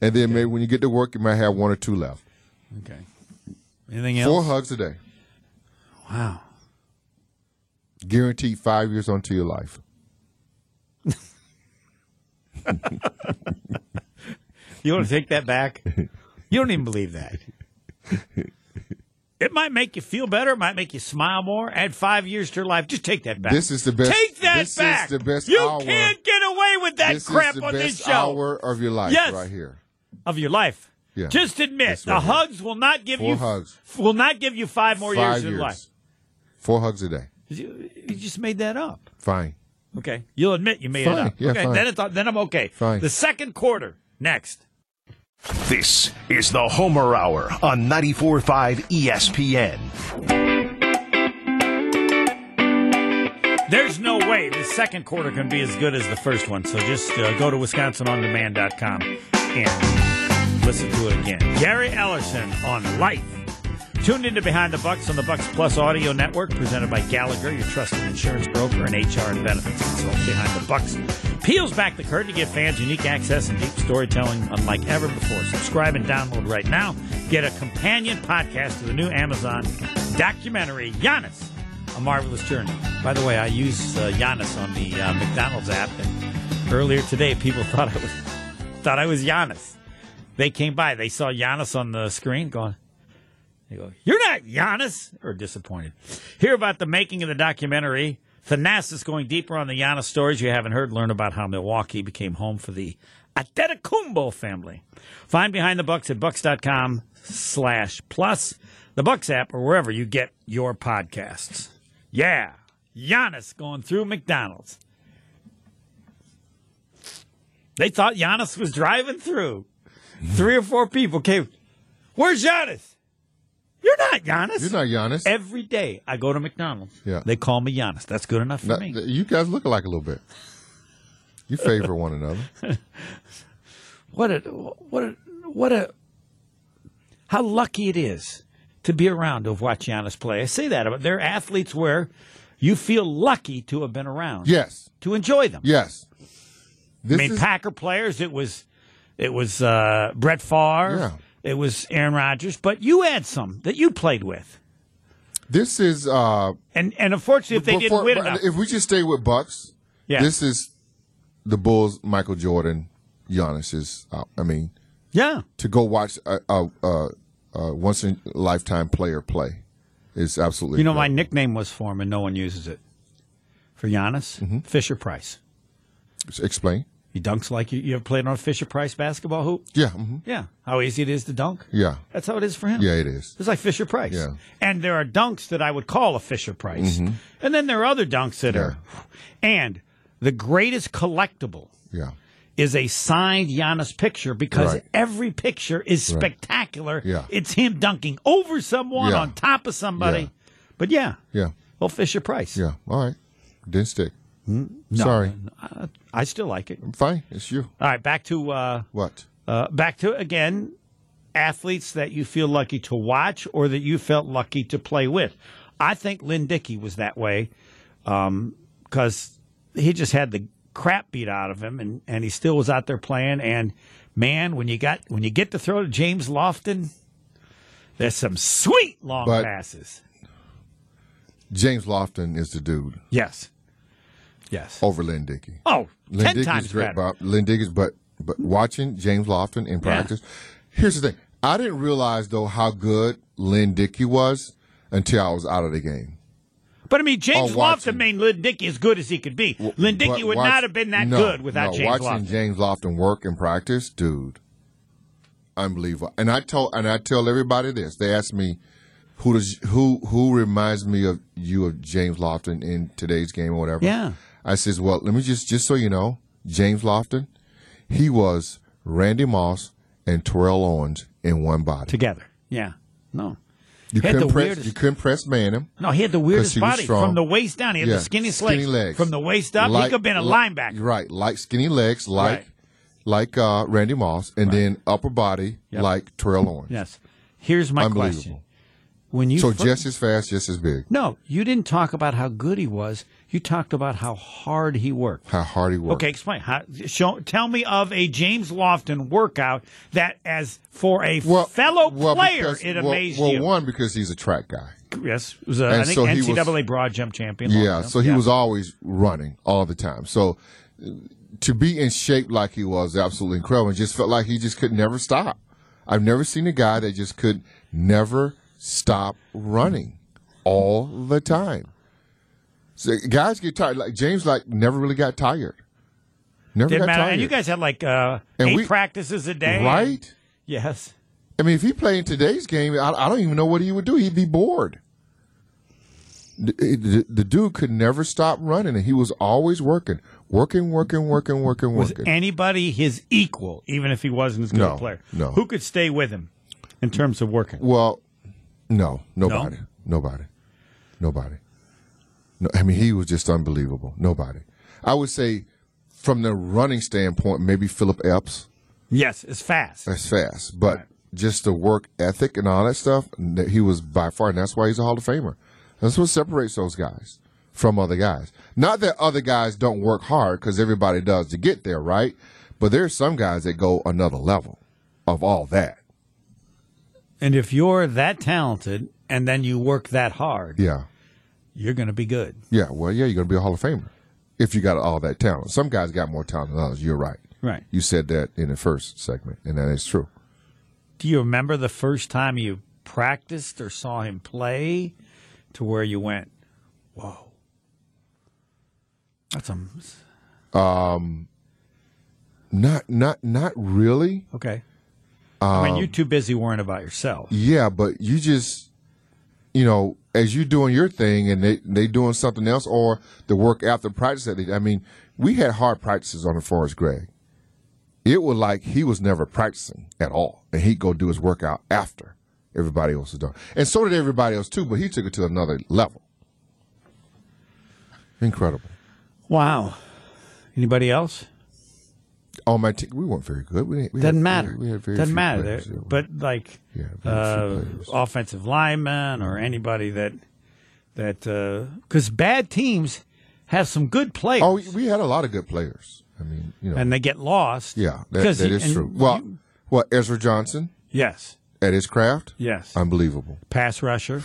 Speaker 3: and then maybe when you get to work, you might have one or two left.
Speaker 2: Okay. Anything else?
Speaker 3: Four hugs a day,
Speaker 2: Wow.
Speaker 3: guaranteed five years onto your life.
Speaker 2: You [LAUGHS] want to take that back? You don't even believe that. It might make you feel better. It might make you smile more. Add five years to your life. Just take that back.
Speaker 3: This is the best-
Speaker 2: Take that
Speaker 3: this is
Speaker 2: back.
Speaker 3: the best
Speaker 2: You
Speaker 3: hour.
Speaker 2: can't get away with that
Speaker 3: this
Speaker 2: crap
Speaker 3: is the
Speaker 2: on
Speaker 3: best
Speaker 2: this show
Speaker 3: hour of your life,
Speaker 2: Yes.
Speaker 3: right here.
Speaker 2: of your life.
Speaker 3: Yeah.
Speaker 2: Just admit
Speaker 3: This
Speaker 2: the
Speaker 3: right here.
Speaker 2: hugs will not give
Speaker 3: Four
Speaker 2: you
Speaker 3: hugs.
Speaker 2: will not give you five more years
Speaker 3: Five
Speaker 2: of your life.
Speaker 3: Four hugs a day.
Speaker 2: You, you just made that up.
Speaker 3: Fine.
Speaker 2: Okay, you'll admit you made
Speaker 3: Fine.
Speaker 2: it up.
Speaker 3: Yeah,
Speaker 2: okay,
Speaker 3: fine.
Speaker 2: then it's then I'm okay.
Speaker 3: Fine.
Speaker 2: The second quarter next.
Speaker 1: This is the Homer Hour on 94.5 ESPN.
Speaker 2: There's no way the second quarter can be as good as the first one. So just uh, go to wisconsinondemand.com and listen to it again. Gary Ellison on Life. Tuned into Behind the Bucks on the Bucks Plus Audio Network, presented by Gallagher, your trusted insurance broker and HR and benefits consultant. Behind the Bucks peels back the curtain to give fans unique access and deep storytelling unlike ever before. Subscribe and download right now. Get a companion podcast to the new Amazon documentary, Giannis a marvelous journey. By the way, I use uh, Giannis on the uh, McDonald's app, and earlier today, people [LAUGHS] thought I was thought I was Giannis. They came by, they saw Giannis on the screen, going, "They go, you're not Giannis," or disappointed. Hear about the making of the documentary. Thanasis going deeper on the Giannis stories you haven't heard. Learn about how Milwaukee became home for the Adetokumbo family. Find Behind the Bucks at bucks.com slash plus the Bucks app or wherever you get your podcasts. Yeah. Giannis going through McDonald's. They thought Giannis was driving through. Three or four people came. Where's Giannis? You're not Giannis.
Speaker 3: You're not Giannis.
Speaker 2: Every day I go to McDonald's.
Speaker 3: Yeah.
Speaker 2: They call me Giannis. That's good enough for
Speaker 3: Now,
Speaker 2: me.
Speaker 3: th- you guys look alike a little bit. You favor one another. [LAUGHS]
Speaker 2: What a what a what a how lucky it is to be around to have watched Giannis play. I say that about there are athletes where you feel lucky to have been around.
Speaker 3: Yes.
Speaker 2: To enjoy them.
Speaker 3: Yes.
Speaker 2: I
Speaker 3: This
Speaker 2: mean,
Speaker 3: is-
Speaker 2: Packer players, it was it was uh, Brett Favre,
Speaker 3: Yeah.
Speaker 2: it was Aaron Rodgers, but you had some that you played with,
Speaker 3: this is uh
Speaker 2: and and unfortunately, if they
Speaker 3: before-
Speaker 2: didn't win enough,
Speaker 3: if we just stay with Bucks,
Speaker 2: yeah,
Speaker 3: this is the Bulls Michael Jordan Giannis's uh, I mean
Speaker 2: yeah,
Speaker 3: to go watch a, a, a, a once in a lifetime player play is absolutely
Speaker 2: you know, my nickname was for him, and no one uses it for Giannis
Speaker 3: Mm-hmm.
Speaker 2: Fisher Price.
Speaker 3: explain
Speaker 2: He dunks like you. You ever played on a Fisher Price basketball hoop?
Speaker 3: yeah hmm
Speaker 2: Yeah, how easy it is to dunk.
Speaker 3: yeah
Speaker 2: That's how it is for him.
Speaker 3: yeah it is
Speaker 2: It's like Fisher Price.
Speaker 3: Yeah. Mm-hmm.
Speaker 2: And there are dunks that I would call a Fisher Price. And then there are other dunks that are. And the greatest collectible
Speaker 3: yeah
Speaker 2: is a signed Giannis picture because
Speaker 3: Right.
Speaker 2: every picture is spectacular.
Speaker 3: Yeah.
Speaker 2: It's him dunking over someone,
Speaker 3: Yeah.
Speaker 2: on top of somebody.
Speaker 3: Yeah.
Speaker 2: But yeah,
Speaker 3: yeah
Speaker 2: well, Fisher Price.
Speaker 3: yeah all right didn't stick
Speaker 2: Hmm?
Speaker 3: sorry
Speaker 2: I, I still like it.
Speaker 3: fine it's you
Speaker 2: All right, back to uh,
Speaker 3: what
Speaker 2: uh, back to again athletes that you feel lucky to watch or that you felt lucky to play with. I think Lynn Dickey was that way because he just had the crap beat out of him, and, and he still was out there playing. And man, when you got when you get to throw to James Lofton, there's some sweet long
Speaker 3: But-
Speaker 2: passes.
Speaker 3: James Lofton is the dude
Speaker 2: Yes, yes.
Speaker 3: over Lynn Dickey
Speaker 2: Oh,
Speaker 3: Lynn
Speaker 2: ten
Speaker 3: Diggy's
Speaker 2: times
Speaker 3: great,
Speaker 2: better.
Speaker 3: Bob. Lynn Diggy's, but but watching James Lofton in practice. Here's the thing: I didn't realize though how good Lynn Dickey was until I was out of the game.
Speaker 2: But I mean, James
Speaker 3: Oh,
Speaker 2: Lofton
Speaker 3: watching-
Speaker 2: made Lynn Dickey as good as he could be. Lynn Dickey
Speaker 3: But
Speaker 2: would
Speaker 3: watch-
Speaker 2: not have been that
Speaker 3: no,
Speaker 2: good without
Speaker 3: no,
Speaker 2: James Lofton.
Speaker 3: Watching James Lofton work in practice, dude, unbelievable. And I told and I tell everybody this. They ask me who does who who reminds me of you of James Lofton in today's game or whatever.
Speaker 2: Yeah.
Speaker 3: I says, well, let me just just so you know, James Lofton, he was Randy Moss and Terrell Owens in one body.
Speaker 2: together. Yeah. No.
Speaker 3: You
Speaker 2: He had the
Speaker 3: couldn't press
Speaker 2: weirdest-
Speaker 3: you couldn't press man him.
Speaker 2: No, he had the
Speaker 3: 'Cause
Speaker 2: weirdest
Speaker 3: he was
Speaker 2: body
Speaker 3: strong.
Speaker 2: from the waist down. He had
Speaker 3: yeah,
Speaker 2: the skinniest
Speaker 3: skinny legs.
Speaker 2: From the waist up, he
Speaker 3: Like-
Speaker 2: could have been a
Speaker 3: like-
Speaker 2: linebacker.
Speaker 3: Right, like skinny legs, like
Speaker 2: Right.
Speaker 3: like uh, Randy Moss, and then upper body
Speaker 2: Yep.
Speaker 3: like Terrell Owens.
Speaker 2: Yes. Here's my
Speaker 3: Unbelievable.
Speaker 2: question. When you
Speaker 3: So
Speaker 2: fir-
Speaker 3: just as fast, just as big.
Speaker 2: no, you didn't talk about how good he was. You talked about how hard he worked.
Speaker 3: How hard he worked.
Speaker 2: Okay, explain. How, show, tell me of a James Lofton workout that, as for a
Speaker 3: Well,
Speaker 2: fellow
Speaker 3: well,
Speaker 2: player,
Speaker 3: because-
Speaker 2: it
Speaker 3: well-
Speaker 2: amazed
Speaker 3: well,
Speaker 2: you.
Speaker 3: one because he's a track guy.
Speaker 2: yes, it was a,
Speaker 3: And
Speaker 2: I think
Speaker 3: so he was-
Speaker 2: NCAA broad jump champion. long
Speaker 3: Yeah,
Speaker 2: jump.
Speaker 3: so he was always running all the time. So uh, to be in shape like he was, absolutely incredible. And just felt like he just could never stop. I've never seen a guy that just could never stop running all the time. So guys get tired. Like James, like never really got tired. Never
Speaker 2: Didn't
Speaker 3: got
Speaker 2: matter.
Speaker 3: tired.
Speaker 2: And you guys had like uh,
Speaker 3: And
Speaker 2: eight
Speaker 3: we-
Speaker 2: practices a day,
Speaker 3: right?
Speaker 2: Yes.
Speaker 3: I mean, if he played in today's game, I, I don't even know what he would do. He'd be bored. The, the- the dude could never stop running, and he was always working, working, working, working, working,
Speaker 2: Was
Speaker 3: working.
Speaker 2: anybody his equal, even if he wasn't as good a
Speaker 3: No,
Speaker 2: player?
Speaker 3: no.
Speaker 2: Who could stay with him in terms of working?
Speaker 3: well, no, nobody, nobody, nobody. No, I mean, he was just unbelievable. Nobody. I would say, from the running standpoint, maybe Philip Epps.
Speaker 2: Yes, it's fast.
Speaker 3: That's fast, but just the work ethic and all that stuff. n- He was by far, and that's why he's a Hall of Famer. That's what separates those guys from other guys. Not that other guys don't work hard, because everybody does to get there, right? But there's some guys that go another level of all that.
Speaker 2: And if you're that talented and then you work that hard,
Speaker 3: Yeah,
Speaker 2: you're going to be good.
Speaker 3: yeah. Well, yeah, you're gonna be a Hall of Famer if you got all that talent. Some guys got more talent than others. You're right.
Speaker 2: Right.
Speaker 3: You said that in the first segment, and that is true.
Speaker 2: Do you remember the first time you practiced or saw him play to where you went, whoa? That's a,
Speaker 3: Not, not, not really.
Speaker 2: okay. I mean, you're
Speaker 3: Um,
Speaker 2: too busy worrying about yourself.
Speaker 3: Yeah, but you just, you know, as you doing your thing and they they doing something else or the work after practice that they, I mean, we had hard practices on the Forest Gregg. It was like he was never practicing at all, and he'd go do his workout after everybody else was done, and so did everybody else too. But he took it to another level. Incredible.
Speaker 2: Wow. Anybody else?
Speaker 3: on Oh, my team. We weren't very good. We didn't, we
Speaker 2: Doesn't
Speaker 3: had-
Speaker 2: matter.
Speaker 3: We had very
Speaker 2: Doesn't
Speaker 3: few
Speaker 2: matter.
Speaker 3: players,
Speaker 2: They're-
Speaker 3: yeah.
Speaker 2: But like
Speaker 3: Yeah, very few
Speaker 2: uh,
Speaker 3: players.
Speaker 2: offensive linemen or anybody that that because bad teams have some good players
Speaker 3: oh, we had a lot of good players. I mean, you know,
Speaker 2: and they get lost.
Speaker 3: yeah, that,
Speaker 2: 'Cause
Speaker 3: that
Speaker 2: you-
Speaker 3: is
Speaker 2: and
Speaker 3: true. Well,
Speaker 2: you-
Speaker 3: well, Ezra Johnson
Speaker 2: yes,
Speaker 3: at his craft,
Speaker 2: yes,
Speaker 3: unbelievable.
Speaker 2: pass rusher.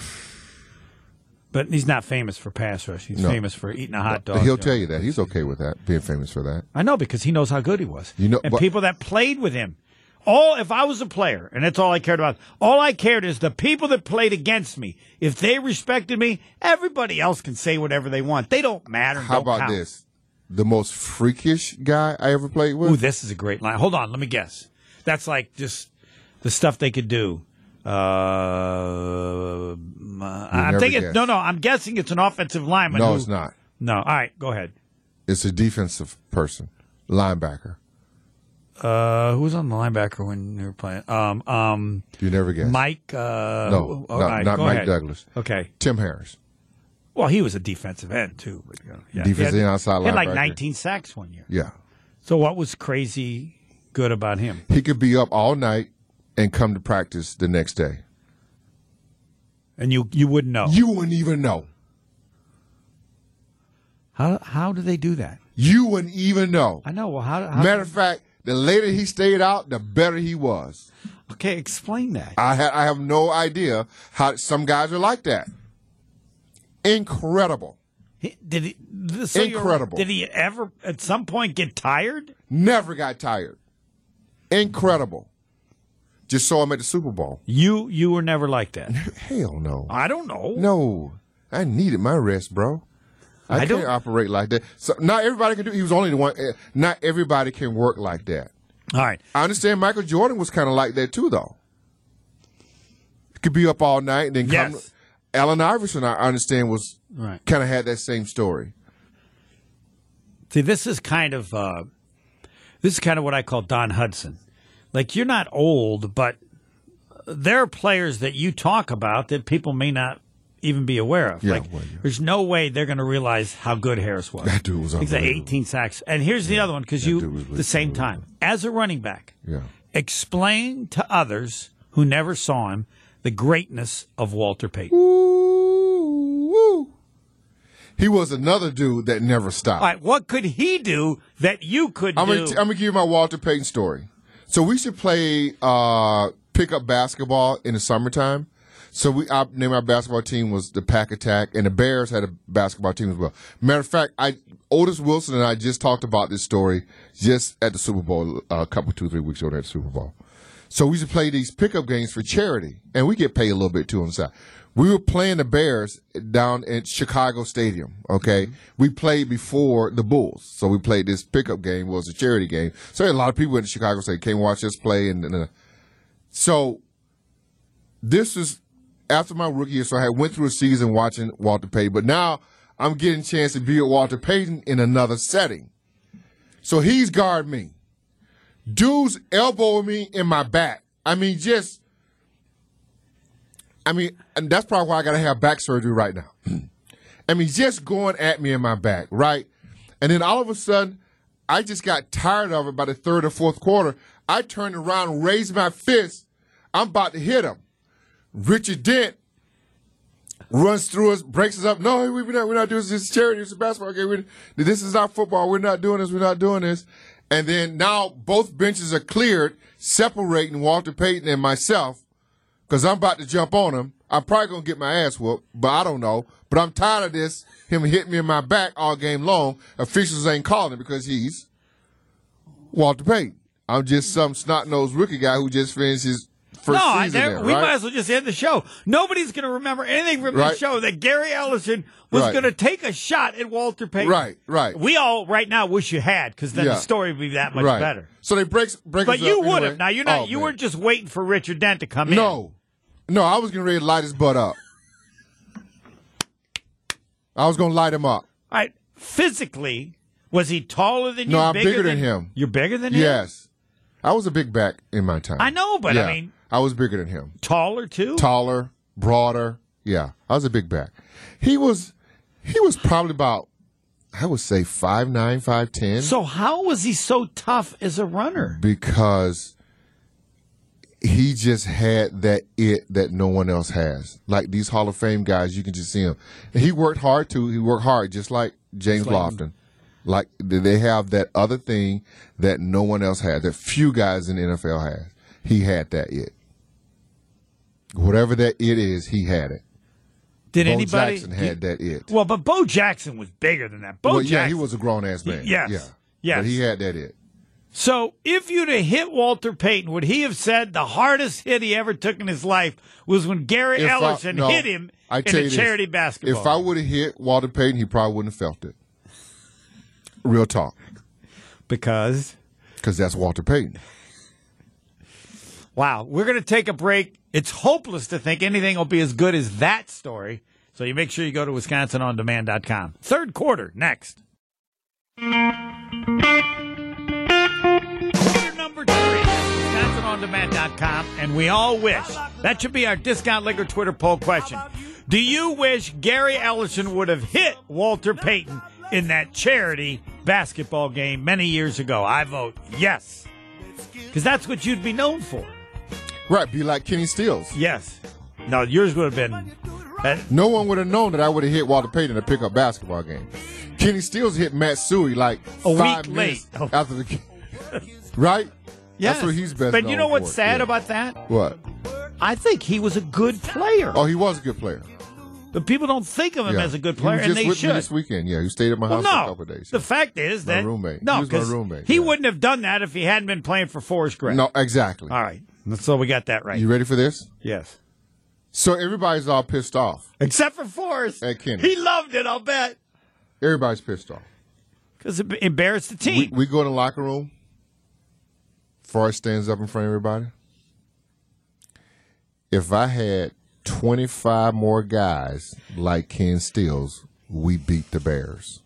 Speaker 2: But he's not famous for pass rush. He's
Speaker 3: No.
Speaker 2: famous for eating a hot dog.
Speaker 3: He'll
Speaker 2: Joe.
Speaker 3: tell you that he's okay with that, being famous for that.
Speaker 2: I know because he knows how good he was.
Speaker 3: You know,
Speaker 2: and
Speaker 3: but-
Speaker 2: people that played with him. All if I was a player, and that's all I cared about. All I cared is the people that played against me. If they respected me, everybody else can say whatever they want. They don't matter.
Speaker 3: How
Speaker 2: don't
Speaker 3: about
Speaker 2: count.
Speaker 3: this? The most freakish guy I ever played with.
Speaker 2: Ooh, this is a great line. Hold on, let me guess. That's like just the stuff they could do. Uh, I'm
Speaker 3: never
Speaker 2: thinking.
Speaker 3: guess.
Speaker 2: No, no, I'm guessing it's an offensive lineman.
Speaker 3: no,
Speaker 2: who-
Speaker 3: it's not.
Speaker 2: No, all right, go ahead.
Speaker 3: It's a defensive person, linebacker.
Speaker 2: Uh, who was on the linebacker when you were playing? Um, um,
Speaker 3: You never guess.
Speaker 2: Mike. Uh,
Speaker 3: No,
Speaker 2: all
Speaker 3: not-
Speaker 2: right,
Speaker 3: not
Speaker 2: go
Speaker 3: Mike
Speaker 2: ahead.
Speaker 3: Douglas.
Speaker 2: Okay.
Speaker 3: Tim Harris.
Speaker 2: Well, he was a defensive end too. But, you know, yeah.
Speaker 3: Defensive
Speaker 2: He had-
Speaker 3: end, outside
Speaker 2: He had like
Speaker 3: linebacker.
Speaker 2: 19 sacks one year.
Speaker 3: Yeah,
Speaker 2: So what was crazy good about him?
Speaker 3: he could be up all night and come to practice the next day.
Speaker 2: And you you wouldn't know.
Speaker 3: You wouldn't even know.
Speaker 2: how how do they do that?
Speaker 3: You wouldn't even know.
Speaker 2: I know. Well, how, how
Speaker 3: Matter of fact, the later he stayed out, the better he was.
Speaker 2: okay, explain that.
Speaker 3: I ha- I have no idea how some guys are like that. Incredible.
Speaker 2: He- did he? th- so you're-
Speaker 3: Incredible.
Speaker 2: Did he ever at some point get tired?
Speaker 3: Never got tired. Incredible. Just saw him at the Super Bowl.
Speaker 2: You you were never like that.
Speaker 3: [LAUGHS] Hell no.
Speaker 2: I don't know.
Speaker 3: No, I needed my rest, bro.
Speaker 2: I
Speaker 3: I, can't
Speaker 2: don't-
Speaker 3: operate like that. So not everybody can do. He was only the one. eh, Not everybody can work like that.
Speaker 2: All right.
Speaker 3: I understand Michael Jordan was kind of like that too, though. Could be up all night and then come.
Speaker 2: Yes.
Speaker 3: Allen Iverson, I understand, was
Speaker 2: Right.
Speaker 3: kind of had that same story.
Speaker 2: See, this is kind of uh, this is kind of what I call Don Hudson. Like you're not old, but there are players that you talk about that people may not even be aware of.
Speaker 3: Yeah,
Speaker 2: like
Speaker 3: well, yeah.
Speaker 2: there's no way they're going to realize how good Harris was.
Speaker 3: That dude was
Speaker 2: He's like
Speaker 3: unbelievable.
Speaker 2: 18 sacks. And here's the other one because
Speaker 3: dude was
Speaker 2: you the same
Speaker 3: unbelievable.
Speaker 2: time as a running back,
Speaker 3: Yeah,
Speaker 2: explain to others who never saw him the greatness of Walter Payton.
Speaker 3: Ooh, woo. he was another dude that never stopped.
Speaker 2: All right, what could he do that you could
Speaker 3: I'm
Speaker 2: do?
Speaker 3: gonna, t- I'm gonna give you my Walter Payton story. So we should play uh, pick up basketball in the summertime. So we I named our basketball team was the Pack Attack, and the Bears had a basketball team as well. Matter of fact, I Otis Wilson and I just talked about this story just at the Super Bowl uh, a couple two three weeks ago at the Super Bowl. So we should play these pickup games for charity, and we get paid a little bit too on the side. We were playing the Bears down at Chicago Stadium. Okay, we played before the Bulls, so we played this pickup game. Well, it was a charity game, so a lot of people in Chicago State came watch us play. And, and- and- so this is after my rookie year, so I had went through a season watching Walter Payton, but now I'm getting a chance to be with Walter Payton in another setting. So he's guard me dudes elbowing me in my back. I mean, just, I mean, and that's probably why I gotta have back surgery right now. I mean, just going at me in my back, right? And then all of a sudden, I just got tired of it by the third or fourth quarter. I turned around, raised my fist. I'm about to hit him. Richard Dent runs through us, breaks us up. No, we- we're not, we're not doing this. It's charity. It's a basketball game. We- this is not football. We're not doing this. We're not doing this. And then now both benches are cleared, separating Walter Payton and myself because I'm about to jump on him. I'm probably going to get my ass whooped, but I don't know. But I'm tired of this, him hitting me in my back all game long. Officials ain't calling him because he's Walter Payton. I'm just some snot-nosed rookie guy who just finished his first
Speaker 2: no, I
Speaker 3: season
Speaker 2: never-
Speaker 3: there,
Speaker 2: we
Speaker 3: right?
Speaker 2: might as well just end the show. Nobody's going to remember anything from the
Speaker 3: Right.
Speaker 2: show that Gary Ellison was
Speaker 3: Right.
Speaker 2: going to take a shot at Walter Payton.
Speaker 3: Right, right.
Speaker 2: We all right now wish you had because then
Speaker 3: Yeah.
Speaker 2: the story would be that much
Speaker 3: right.
Speaker 2: better.
Speaker 3: So they breaks break.
Speaker 2: But
Speaker 3: us
Speaker 2: you
Speaker 3: up
Speaker 2: would
Speaker 3: anyway.
Speaker 2: have. Now you're not.
Speaker 3: Oh,
Speaker 2: you
Speaker 3: man.
Speaker 2: were just waiting for Richard Dent to come in.
Speaker 3: No, no. I was getting ready to light his butt up. I was gonna light him up.
Speaker 2: All right. Physically, was he taller than you?
Speaker 3: No, I'm bigger than him.
Speaker 2: You're bigger than him.
Speaker 3: Yes, I was a big back in my time.
Speaker 2: I know, but I
Speaker 3: Yeah.
Speaker 2: mean-
Speaker 3: I was bigger than him.
Speaker 2: Taller too.
Speaker 3: Taller, broader. Yeah, I was a big back. He was, he was probably about I would say five nine, five ten.
Speaker 2: So how was he so tough as a runner?
Speaker 3: because he just had that it that no one else has. Like these Hall of Fame guys, you can just see him. He worked hard too. He worked hard, just like James Lofton. Like th- they have that other thing that no one else had, that few guys in the NFL has. He had that it. Whatever that it is, he had it.
Speaker 2: Did
Speaker 3: Bo
Speaker 2: anybody?
Speaker 3: Jackson had that it.
Speaker 2: Well, but Bo Jackson was bigger than that. Bo
Speaker 3: Well,
Speaker 2: Jackson.
Speaker 3: yeah, he was a grown ass man.
Speaker 2: Yes.
Speaker 3: Yeah.
Speaker 2: Yes.
Speaker 3: But he had that it.
Speaker 2: So if you'd have hit Walter Payton, would he have said the hardest hit he ever took in his life was when Gary
Speaker 3: If I-
Speaker 2: Ellerson
Speaker 3: no,
Speaker 2: hit him
Speaker 3: I
Speaker 2: in
Speaker 3: tell you
Speaker 2: a
Speaker 3: this,
Speaker 2: charity basketball?
Speaker 3: If I would have hit Walter Payton, he probably wouldn't have felt it. Real talk,
Speaker 2: because
Speaker 3: because that's Walter Payton.
Speaker 2: wow, we're going to take a break. It's hopeless to think anything will be as good as that story. So you make sure you go to wisconsinondemand.com. Third quarter next. Quarter number three, WisconsinOnDemand.com, and we all wish that should be our discount liquor Twitter poll question. Do you wish Gary Ellison would have hit Walter Payton in that charity basketball game many years ago? I vote yes, because that's what you'd be known for.
Speaker 3: Right, be like Kenny Stills.
Speaker 2: Yes. No, yours would have been. that-
Speaker 3: No one would have known that I would have hit Walter Payton in a pickup basketball game. Kenny Stills hit Matsui like
Speaker 2: A
Speaker 3: five
Speaker 2: week
Speaker 3: minutes
Speaker 2: late. Oh.
Speaker 3: after the game. right?
Speaker 2: yes.
Speaker 3: That's what he's best
Speaker 2: But you
Speaker 3: known
Speaker 2: know what's
Speaker 3: for,
Speaker 2: sad
Speaker 3: yeah.
Speaker 2: about that?
Speaker 3: What?
Speaker 2: I think he was a good player.
Speaker 3: Oh, he was a good player.
Speaker 2: But people don't think of him
Speaker 3: Yeah.
Speaker 2: as a good
Speaker 3: He
Speaker 2: player,
Speaker 3: was
Speaker 2: and
Speaker 3: just
Speaker 2: they
Speaker 3: with me
Speaker 2: should.
Speaker 3: this weekend. Yeah, he stayed at my
Speaker 2: Well,
Speaker 3: house for a
Speaker 2: no.
Speaker 3: couple of days.
Speaker 2: The fact is
Speaker 3: My
Speaker 2: that
Speaker 3: roommate.
Speaker 2: No,
Speaker 3: He was my
Speaker 2: 'cause
Speaker 3: roommate,
Speaker 2: he
Speaker 3: yeah.
Speaker 2: wouldn't have done that if he hadn't been playing for Forest Gray.
Speaker 3: no, exactly.
Speaker 2: All right. So we got that right.
Speaker 3: You ready for this?
Speaker 2: yes.
Speaker 3: So everybody's all pissed off
Speaker 2: Except for Forrest.
Speaker 3: at Kenny.
Speaker 2: He loved it, I'll bet.
Speaker 3: Everybody's pissed off.
Speaker 2: Because it embarrassed the
Speaker 3: we,
Speaker 2: team.
Speaker 3: we go to the locker room. Forrest stands up in front of everybody. If I had 25 more guys like Ken Stills, we beat the Bears.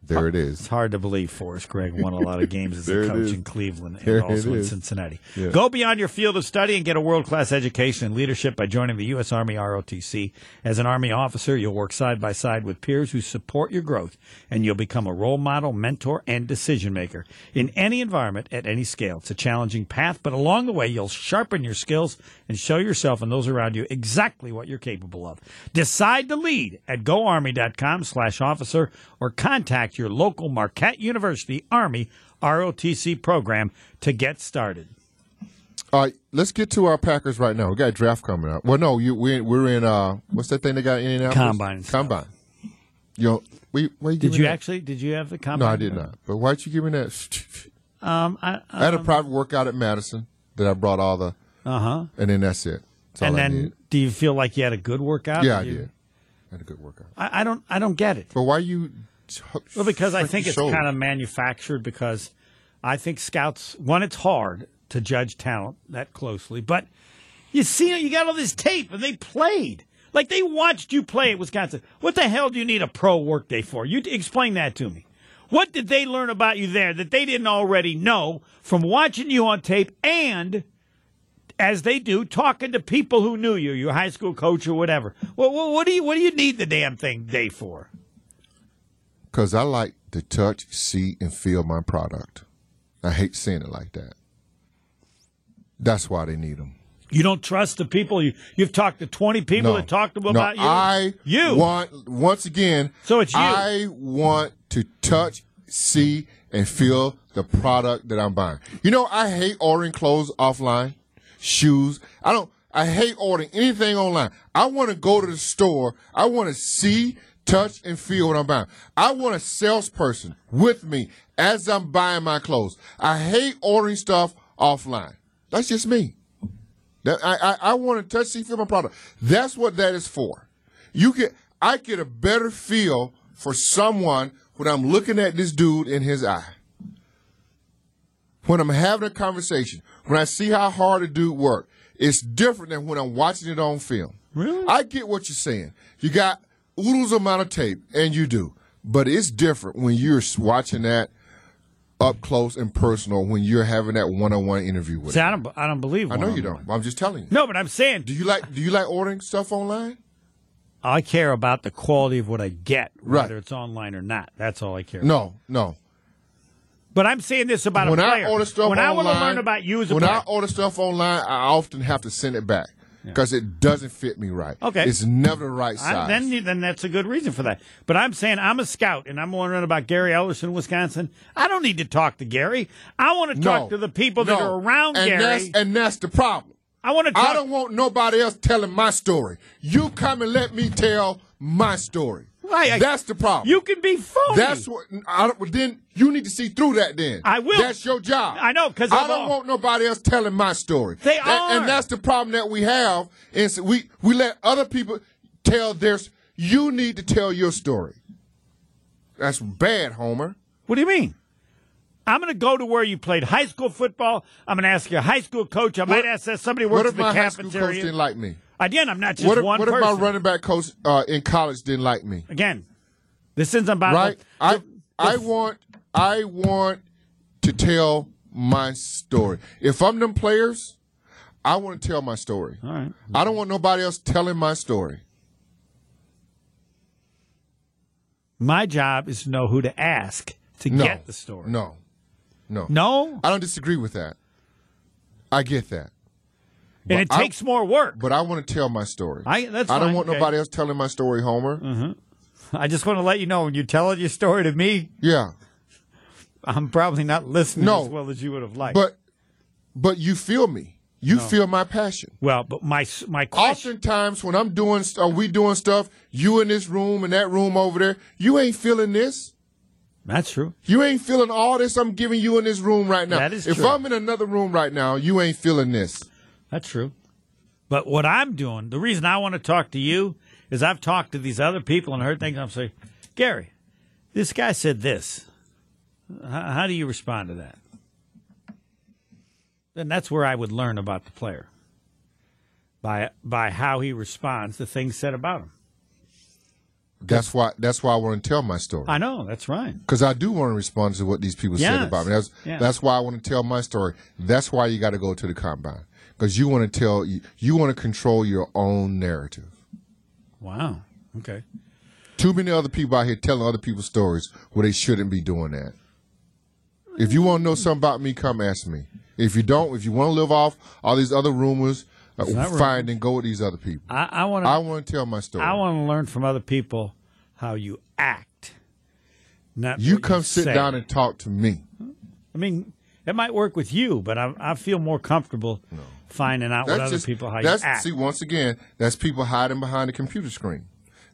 Speaker 3: There it
Speaker 2: It's
Speaker 3: is.
Speaker 2: hard to believe Forrest Gregg won a lot of games as
Speaker 3: There
Speaker 2: a
Speaker 3: it
Speaker 2: coach
Speaker 3: is.
Speaker 2: in Cleveland and
Speaker 3: There
Speaker 2: also
Speaker 3: it
Speaker 2: in
Speaker 3: is.
Speaker 2: Cincinnati.
Speaker 3: Yeah.
Speaker 2: Go beyond your field of study and get a world class education and leadership by joining the U.S. Army ROTC. As an Army officer, you'll work side by side with peers who support your growth, and you'll become a role model, mentor, and decision maker in any environment at any scale. It's a challenging path, but along the way, you'll sharpen your skills and show yourself and those around you exactly what you're capable of. Decide to lead at goarmy.com slash officer or contact your local Marquette University Army ROTC program to get started.
Speaker 3: All right, let's get to our Packers right now. We got a draft coming up. Well, no, you, we're, in- we're in, uh, what's that thing they got in Indianapolis?
Speaker 2: Combine and stuff.
Speaker 3: Combine. You know, we, why you give
Speaker 2: Did
Speaker 3: me
Speaker 2: you
Speaker 3: that?
Speaker 2: actually, did you have the comment?
Speaker 3: No, I did not. But why'd you give me that? [LAUGHS]
Speaker 2: Um, I,
Speaker 3: I had a private workout at Madison that I brought all the,
Speaker 2: uh-huh.
Speaker 3: and then that's it. That's all
Speaker 2: And
Speaker 3: I
Speaker 2: then
Speaker 3: did.
Speaker 2: do you feel like you had a good workout?
Speaker 3: Yeah, I
Speaker 2: You-
Speaker 3: did. Had a good workout.
Speaker 2: I, I don't, I don't get it.
Speaker 3: But why you?
Speaker 2: Well, because I think it's kind of manufactured. Because I think scouts, one, it's hard to judge talent that closely, but you see, you got all this tape, and they played like they watched you play at Wisconsin. What the hell do you need a pro workday for? You explain that to me. What did they learn about you there that they didn't already know from watching you on tape and? As they do, talking to people who knew you, your high school coach or whatever. Well, what, what do you what do you need the damn thing day for?
Speaker 3: because I like to touch, see, and feel my product. I hate seeing it like that. That's why they need them.
Speaker 2: You don't trust the people you you've talked to twenty people
Speaker 3: no,
Speaker 2: that talked
Speaker 3: no,
Speaker 2: about you.
Speaker 3: I
Speaker 2: you
Speaker 3: want once again.
Speaker 2: So it's you.
Speaker 3: I want to touch, see, and feel the product that I'm buying. You know, I hate ordering clothes offline, shoes. I don't. I hate ordering anything online. I want to go to the store. I want to see, touch, and feel what I'm buying. I want a salesperson with me as I'm buying my clothes. I hate ordering stuff offline. That's just me. That I, I, I want to touch, see, feel my product. That's what that is for. You get, I get a better feel for someone when I'm looking at this dude in his eye. When I'm having a conversation, when I see how hard a dude work, it's different than when I'm watching it on film.
Speaker 2: Really?
Speaker 3: I get what you're saying. You got oodles amount of tape, and you do, but it's different when you're s- watching that up close and personal. When you're having that one-on-one interview with.
Speaker 2: See,
Speaker 3: him.
Speaker 2: I don't I don't believe.
Speaker 3: I know you
Speaker 2: one-on-one.
Speaker 3: don't. but I'm just telling you.
Speaker 2: No, but I'm saying
Speaker 3: Do you like Do you like ordering stuff online?
Speaker 2: I care about the quality of what I get,
Speaker 3: Right.
Speaker 2: whether it's online or not. That's all I care. about.
Speaker 3: No, no.
Speaker 2: But I'm saying this about
Speaker 3: When
Speaker 2: a
Speaker 3: I
Speaker 2: player.
Speaker 3: order stuff
Speaker 2: when I
Speaker 3: online,
Speaker 2: want to learn about you as a
Speaker 3: when
Speaker 2: player,
Speaker 3: I order stuff online, I often have to send it back because it doesn't fit me right.
Speaker 2: Okay.
Speaker 3: it's never the right size.
Speaker 2: I, then you- then that's a good reason for that. But I'm saying I'm a scout and I'm wondering about Gary Ellerson, Wisconsin. I don't need to talk to Gary. I want to
Speaker 3: no,
Speaker 2: talk to the people that
Speaker 3: no.
Speaker 2: are around
Speaker 3: and
Speaker 2: Gary.
Speaker 3: That's, and that's the problem.
Speaker 2: I want to talk.
Speaker 3: I don't want nobody else telling my story. You come and let me tell my story.
Speaker 2: Right, I-
Speaker 3: That's the problem.
Speaker 2: you can be phony.
Speaker 3: That's what. I don't, well, then you need to see through that. Then
Speaker 2: I will.
Speaker 3: That's your job.
Speaker 2: I know, 'cause
Speaker 3: I
Speaker 2: I'm
Speaker 3: don't
Speaker 2: all-
Speaker 3: want nobody else telling my story.
Speaker 2: They
Speaker 3: That-
Speaker 2: are.
Speaker 3: and that's the problem that we have. Is we we let other people tell theirs. You need to tell your story. That's bad, Homer.
Speaker 2: What do you mean? I'm going to go to where you played high school football. I'm going to ask your high school coach. I might
Speaker 3: What-
Speaker 2: ask that somebody who
Speaker 3: What
Speaker 2: works
Speaker 3: if
Speaker 2: in the
Speaker 3: my high school coach
Speaker 2: cafeteria.
Speaker 3: didn't like me?
Speaker 2: Again, I'm not just
Speaker 3: What if,
Speaker 2: one
Speaker 3: what if
Speaker 2: person.
Speaker 3: my running back coach uh, in college didn't like me?
Speaker 2: Again, this isn't about
Speaker 3: right? I I want I want to tell my story. If I'm them players, I want to tell my story.
Speaker 2: All right.
Speaker 3: I don't want nobody else telling my story.
Speaker 2: My job is to know who to ask to
Speaker 3: No.
Speaker 2: get the story.
Speaker 3: No. No.
Speaker 2: No?
Speaker 3: I don't disagree with that. I get that.
Speaker 2: and it
Speaker 3: I-
Speaker 2: takes more work.
Speaker 3: But I want to tell my story.
Speaker 2: I- that's
Speaker 3: I don't
Speaker 2: fine,
Speaker 3: want
Speaker 2: okay. Mm-hmm.
Speaker 3: nobody else telling my story, Homer.
Speaker 2: I just want to let you know when you're telling your story to me,
Speaker 3: Yeah.
Speaker 2: I'm probably not listening
Speaker 3: No.
Speaker 2: as well as you would have liked.
Speaker 3: But but you feel me. You feel my passion.
Speaker 2: well, but my my question.
Speaker 3: Oftentimes, when I'm doing, st- uh, we doing stuff. You in this room and that room over there. You ain't feeling this.
Speaker 2: That's true.
Speaker 3: You ain't feeling all this I'm giving you in this room right now.
Speaker 2: That is
Speaker 3: if
Speaker 2: true.
Speaker 3: I'm in another room right now, you ain't feeling this.
Speaker 2: That's true. But what I'm doing, the reason I want to talk to you is I've talked to these other people and heard things. I'm saying, Gary, this guy said this. H- How do you respond to that? Then that's where I would learn about the player by by how he responds to things said about him.
Speaker 3: That's why. That's why I want to tell my story.
Speaker 2: I know that's right.
Speaker 3: Because I do want to respond to what these people
Speaker 2: Yes.
Speaker 3: said about me. That's
Speaker 2: Yeah.
Speaker 3: that's why I want to tell my story. That's why you got to go to the combine because you want to tell you, you want to control your own narrative.
Speaker 2: Wow. Okay.
Speaker 3: Too many other people out here telling other people's stories where they shouldn't be doing that. If you want to know something about me, come ask me. If you don't, if you want to live off all these other rumors, uh,
Speaker 2: not rumor.
Speaker 3: find and go with these other people.
Speaker 2: I, I want to.
Speaker 3: I want to tell my story.
Speaker 2: I want to learn from other people how you act. Not
Speaker 3: you
Speaker 2: what
Speaker 3: come sit
Speaker 2: say.
Speaker 3: down and talk to me.
Speaker 2: I mean, it might work with you, but I, I feel more comfortable finding out what other people how you
Speaker 3: that's
Speaker 2: act.
Speaker 3: see once again that's people hiding behind the computer screen.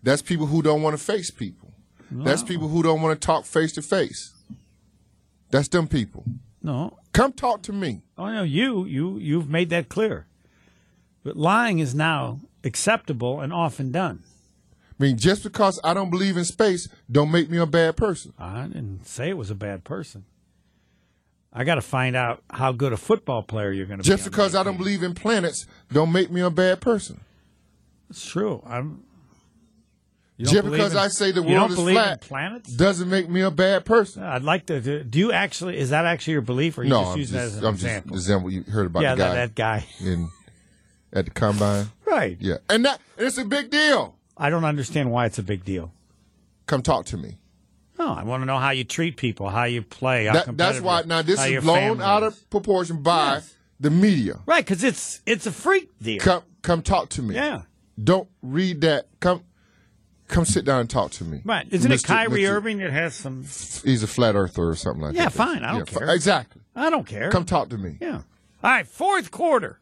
Speaker 3: That's people who don't want to face people. That's people who don't want to talk face to face. That's them people.
Speaker 2: no,
Speaker 3: Come talk to me.
Speaker 2: oh no, you you you've made that clear. But lying is now acceptable and often done.
Speaker 3: I mean, just because I don't believe in space, don't make me a bad person.
Speaker 2: I didn't say it was a bad person. I got to find out how good a football player you're going to be.
Speaker 3: Just
Speaker 2: on
Speaker 3: because
Speaker 2: that
Speaker 3: I don't
Speaker 2: team.
Speaker 3: believe in planets, don't make me a bad person.
Speaker 2: it's true. I'm. you don't
Speaker 3: Just
Speaker 2: believe
Speaker 3: because
Speaker 2: in-
Speaker 3: I say the
Speaker 2: you don't
Speaker 3: world is
Speaker 2: believe in
Speaker 3: flat,
Speaker 2: planets.
Speaker 3: doesn't make me a bad person.
Speaker 2: I'd like to. do- Do you actually? Is that actually your belief, or are you
Speaker 3: No,
Speaker 2: just
Speaker 3: I'm
Speaker 2: using that as
Speaker 3: just,
Speaker 2: an
Speaker 3: I'm just
Speaker 2: example?
Speaker 3: example you heard about
Speaker 2: yeah,
Speaker 3: the guy
Speaker 2: that, that guy.
Speaker 3: in at the combine.
Speaker 2: [LAUGHS] Right.
Speaker 3: Yeah, and that and it's a big deal.
Speaker 2: I don't understand why it's a big deal.
Speaker 3: Come talk to me.
Speaker 2: No, Oh, I want to know how you treat people, how you play. How
Speaker 3: That, that's
Speaker 2: competitive-
Speaker 3: why now this
Speaker 2: how your
Speaker 3: is blown
Speaker 2: family
Speaker 3: out of proportion by the media.
Speaker 2: Right, because it's it's a freak deal.
Speaker 3: Come come talk to me.
Speaker 2: Yeah.
Speaker 3: Don't read that. Come come sit down and talk to me.
Speaker 2: Right. Isn't it
Speaker 3: Mr.
Speaker 2: Kyrie
Speaker 3: Mr.
Speaker 2: Irving that has some?
Speaker 3: He's a flat earther or something like
Speaker 2: Yeah,
Speaker 3: that.
Speaker 2: fine. I don't
Speaker 3: fi-
Speaker 2: care.
Speaker 3: Exactly.
Speaker 2: I don't care.
Speaker 3: Come talk to me.
Speaker 2: Yeah. All right, fourth quarter.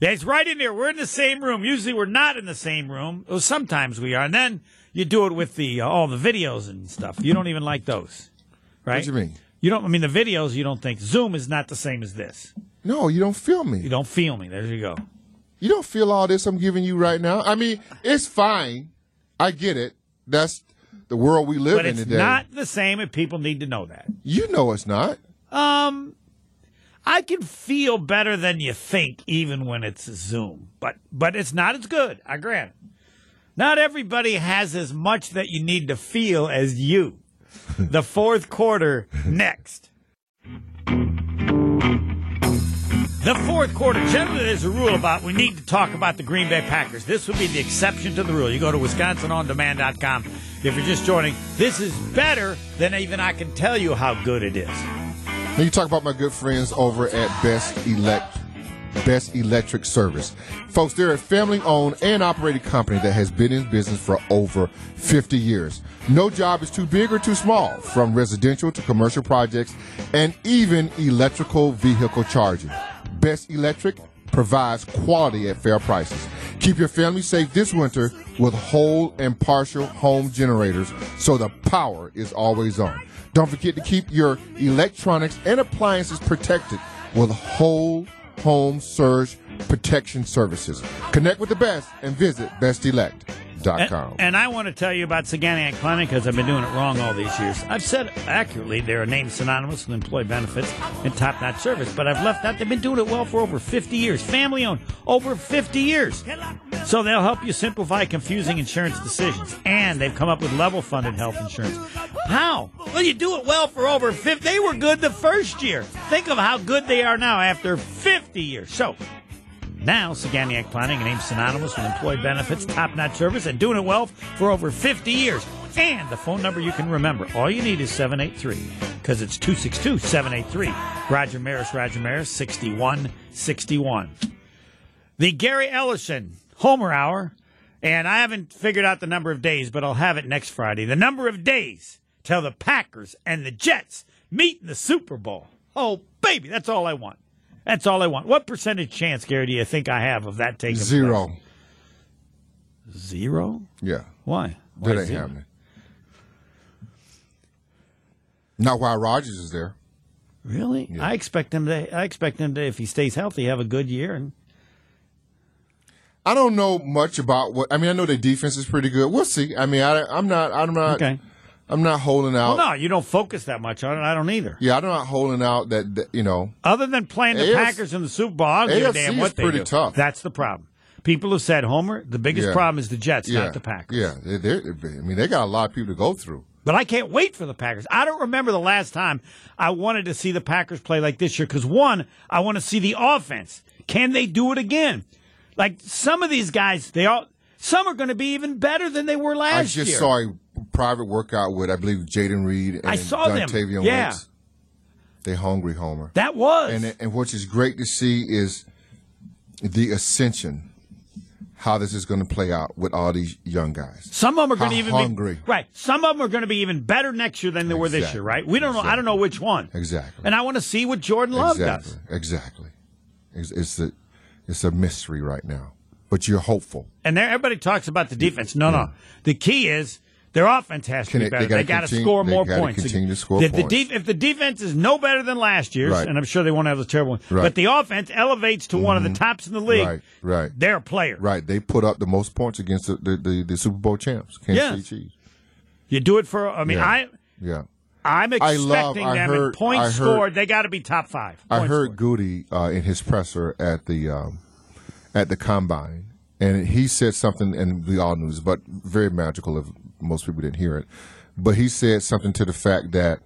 Speaker 2: Yeah, it's right in there. We're in the same room. Usually we're not in the same room. Well, sometimes we are. And then you do it with the uh, all the videos and stuff. You don't even like those. Right?
Speaker 3: What you mean?
Speaker 2: You don't I mean the videos you don't think Zoom is not the same as this.
Speaker 3: No, you don't feel me.
Speaker 2: You don't feel me. There you go.
Speaker 3: you don't feel all this I'm giving you right now. I mean, it's fine. I get it. That's the world we live
Speaker 2: But
Speaker 3: in
Speaker 2: it's
Speaker 3: today.
Speaker 2: not the same and people need to know that.
Speaker 3: you know it's not.
Speaker 2: Um, I can feel better than you think, even when it's Zoom. But but it's not as good. I grant. Not everybody has as much that you need to feel as you. The fourth quarter next. The fourth quarter. Generally, there's a rule about we need to talk about the Green Bay Packers. This would be the exception to the rule. You go to WisconsinOnDemand.com if you're just joining. This is better than even I can tell you how good it is.
Speaker 3: Now you talk about my good friends over at Best Elect Best Electric Service. Folks, they're a family owned and operated company that has been in business for over 50 years. No job is too big or too small, from residential to commercial projects and even electrical vehicle charging. Best Electric provides quality at fair prices. Keep your family safe this winter with whole and partial home generators so the power is always on. Don't forget to keep your electronics and appliances protected with whole home surge protection services. Connect with the best and visit
Speaker 2: And,
Speaker 3: bestelect.com.
Speaker 2: and I want to tell you about Saganiac Clinic because I've been doing it wrong all these years. I've said accurately they are named synonymous with employee benefits and top notch service, but I've left out they've been doing it well for over 50 years. Family owned, over 50 years. So they'll help you simplify confusing insurance decisions. And they've come up with level funded health insurance. How? Well, you do it well for over 50. They were good the first year. Think of how good they are now after 50 years. So, now, Saganiac Planning named synonymous with employee benefits, top-notch service, and doing it well for over 50 years. And the phone number you can remember. All you need is 783, because it's 262-783. Roger Maris, Roger Maris, 6161. The Gary Ellison Homer Hour, and I haven't figured out the number of days, but I'll have it next Friday. The number of days till the Packers and the Jets meet in the Super Bowl. Oh, baby, that's all I want. That's all I want. What percentage chance, Gary, do you think I have of that taking
Speaker 3: Zero.
Speaker 2: place? Zero?
Speaker 3: Yeah.
Speaker 2: Why? Why
Speaker 3: That ain't
Speaker 2: zero?
Speaker 3: happening. Not while Rogers is there.
Speaker 2: Really? I expect him to. I expect him to, if he stays healthy, have a good year. And
Speaker 3: I don't know much about what. I mean, I know their defense is pretty good. We'll see. I mean, I, I'm not. I'm not.
Speaker 2: okay.
Speaker 3: I'm not holding out.
Speaker 2: Well, no, you don't focus that much on it. I don't either.
Speaker 3: Yeah, I'm not holding out that, that you know.
Speaker 2: Other than playing the
Speaker 3: AFC
Speaker 2: Packers in the Super Bowl, I don't give a
Speaker 3: AFC
Speaker 2: damn
Speaker 3: is
Speaker 2: what they
Speaker 3: pretty
Speaker 2: do.
Speaker 3: tough.
Speaker 2: That's the problem. People have said, Homer, the biggest
Speaker 3: Yeah.
Speaker 2: problem is the Jets,
Speaker 3: Yeah,
Speaker 2: not the Packers.
Speaker 3: Yeah, they they're, I mean, they got a lot of people to go through.
Speaker 2: But I can't wait for the Packers. I don't remember the last time I wanted to see the Packers play like this year because, one, I want to see the offense. Can they do it again? Like some of these guys, they all, some are going to be even better than they were last
Speaker 3: I just
Speaker 2: year.
Speaker 3: saw a private workout with I believe Jaden Reed and
Speaker 2: I saw them.
Speaker 3: Dontavian
Speaker 2: Yeah.
Speaker 3: Wicks. They hungry, Homer.
Speaker 2: That was.
Speaker 3: and and what is great to see is the ascension, how this is going to play out with all these young guys.
Speaker 2: Some of them are
Speaker 3: How
Speaker 2: going to even
Speaker 3: hungry.
Speaker 2: be right. Some of them are going to be even better next year than they were this
Speaker 3: Exactly.
Speaker 2: year, right? We don't know. I don't know which one.
Speaker 3: Exactly.
Speaker 2: And I want to see what Jordan Love
Speaker 3: exactly.
Speaker 2: does.
Speaker 3: Exactly. It's, it's a it's a mystery right now, but you're hopeful.
Speaker 2: And there, everybody talks about the defense. No, no. The key is their offense has to
Speaker 3: Can
Speaker 2: be
Speaker 3: it-
Speaker 2: better.
Speaker 3: they gotta
Speaker 2: They got to
Speaker 3: continue-
Speaker 2: score
Speaker 3: they
Speaker 2: more
Speaker 3: gotta
Speaker 2: points.
Speaker 3: continue to score
Speaker 2: The- the
Speaker 3: points.
Speaker 2: def- if the defense is no better than last year's,
Speaker 3: Right.
Speaker 2: and I'm sure they won't have a terrible one,
Speaker 3: Right. Mm-hmm.
Speaker 2: but the offense elevates to one of the tops in the league.
Speaker 3: Right, right.
Speaker 2: They're a player.
Speaker 3: Right. They put up the most points against the the, the, the Super Bowl champs, Kansas
Speaker 2: Yes.
Speaker 3: City Chiefs.
Speaker 2: You do it for. I mean,
Speaker 3: Yeah.
Speaker 2: I.
Speaker 3: Yeah.
Speaker 2: I'm
Speaker 3: I
Speaker 2: expecting
Speaker 3: love- I
Speaker 2: them in
Speaker 3: heard-
Speaker 2: points
Speaker 3: I heard-
Speaker 2: scored. They got to be top five.
Speaker 3: I
Speaker 2: points
Speaker 3: heard
Speaker 2: scored.
Speaker 3: Goody uh, in his presser at the um, at the combine, and he said something, and we all knew this, but very magical if most people didn't hear it. But he said something to the fact that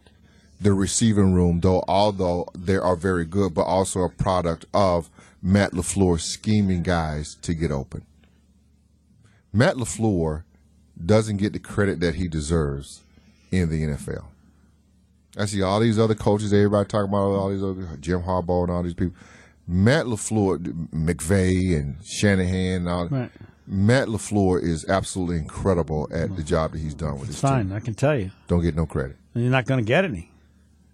Speaker 3: the receiving room, though, although they are very good, but also a product of Matt Lafleur scheming guys to get open. Matt Lafleur doesn't get the credit that he deserves in the NFL. I see all these other coaches, everybody talking about all these other Jim Harbaugh and all these people. Matt LaFleur, McVay and Shanahan and all
Speaker 2: Right.
Speaker 3: Matt LaFleur is absolutely incredible at the job that he's done with his team.
Speaker 2: Fine, I can tell you.
Speaker 3: Don't get no credit.
Speaker 2: and you're not going to get any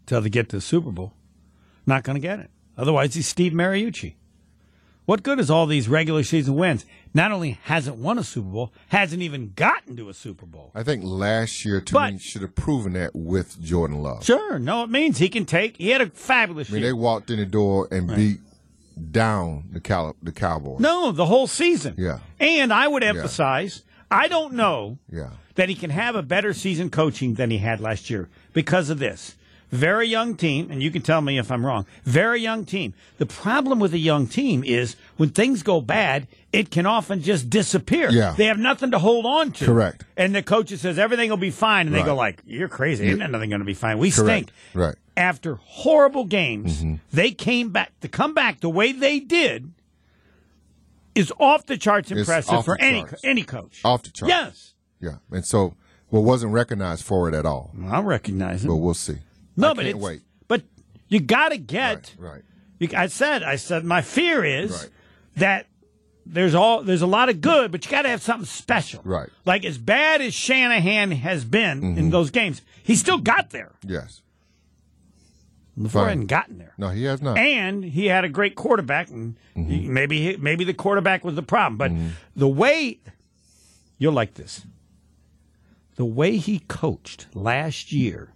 Speaker 2: until they get to the Super Bowl. Not going to get it. Otherwise, he's Steve Mariucci. What good is all these regular season wins? Not only hasn't won a Super Bowl, hasn't even gotten to a Super Bowl.
Speaker 3: I think last year to
Speaker 2: But-
Speaker 3: me should have proven that with Jordan Love.
Speaker 2: Sure, no, it means he can take. He had a fabulous
Speaker 3: I mean,
Speaker 2: year.
Speaker 3: they walked in the door and beat down the Cal- the Cowboys.
Speaker 2: no, the whole season.
Speaker 3: Yeah.
Speaker 2: And I would emphasize, I don't know
Speaker 3: Yeah.
Speaker 2: that he can have a better season coaching than he had last year because of this. Very young team, and you can tell me if I'm wrong. Very young team. The problem with a young team is when things go bad, it can often just disappear.
Speaker 3: Yeah.
Speaker 2: They have nothing to hold on to.
Speaker 3: Correct.
Speaker 2: And the coach just says everything will be fine, and they
Speaker 3: Right.
Speaker 2: go like, "You're crazy. Ain't nothing going to be fine. We stink."
Speaker 3: Correct. Right. Mm-hmm.
Speaker 2: After horrible games, they came back. To come back the way they did is off the charts impressive
Speaker 3: off
Speaker 2: for
Speaker 3: the
Speaker 2: any
Speaker 3: charts.
Speaker 2: any coach.
Speaker 3: Off the charts.
Speaker 2: Yes.
Speaker 3: Yeah. And so, well, wasn't recognized for it at all.
Speaker 2: I recognize it.
Speaker 3: But we'll see.
Speaker 2: no,
Speaker 3: I
Speaker 2: but
Speaker 3: can't
Speaker 2: it's,
Speaker 3: wait.
Speaker 2: but you got to get.
Speaker 3: Right.
Speaker 2: You, I said, I said, my fear is
Speaker 3: Right.
Speaker 2: that there's all there's a lot of good, but you got to have something special.
Speaker 3: Right. Mm-hmm.
Speaker 2: Like as bad as Shanahan has been in those games, he still got there.
Speaker 3: Yes.
Speaker 2: Before
Speaker 3: Fine.
Speaker 2: hadn't gotten there.
Speaker 3: No, he has not.
Speaker 2: And he had a great quarterback, and he- maybe he- maybe the quarterback was the problem. But the way you'll like this, the way he coached last year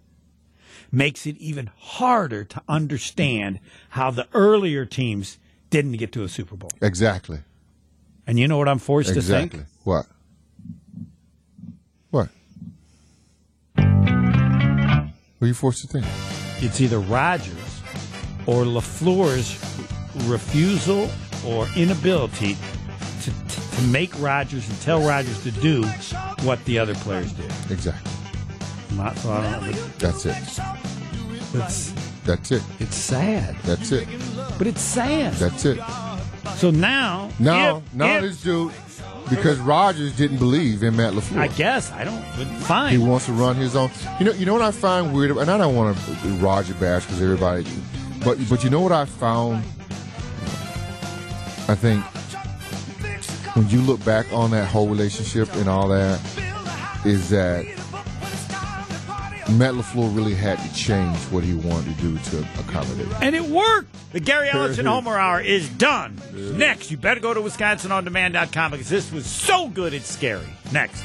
Speaker 2: makes it even harder to understand how the earlier teams didn't get to a Super Bowl.
Speaker 3: exactly.
Speaker 2: And you know what I'm forced to
Speaker 3: Exactly.
Speaker 2: think?
Speaker 3: What? What? What are you forced to think?
Speaker 2: It's either Rodgers or LaFleur's refusal or inability to, to, to make Rodgers and tell Rodgers to do what the other players did.
Speaker 3: Exactly.
Speaker 2: Not, so I don't know,
Speaker 3: That's it.
Speaker 2: but it's,
Speaker 3: That's it.
Speaker 2: it's sad.
Speaker 3: That's it.
Speaker 2: But it's sad.
Speaker 3: That's it.
Speaker 2: So now.
Speaker 3: Now,
Speaker 2: if-
Speaker 3: now
Speaker 2: if-
Speaker 3: this dude, because Rogers didn't believe in Matt Lafleur.
Speaker 2: I guess. I don't. But
Speaker 3: He
Speaker 2: fine.
Speaker 3: wants to run his own. You know, you know what I find weird, and I don't want to Roger bash because everybody, but but you know what I found. I think when you look back on that whole relationship and all that, is that Matt Lafleur really had to change what he wanted to do to accommodate.
Speaker 2: and it worked. The Gary Ellison Homer Hour is done. Next, you better go to WisconsinOnDemand.com because this was so good it's scary. Next.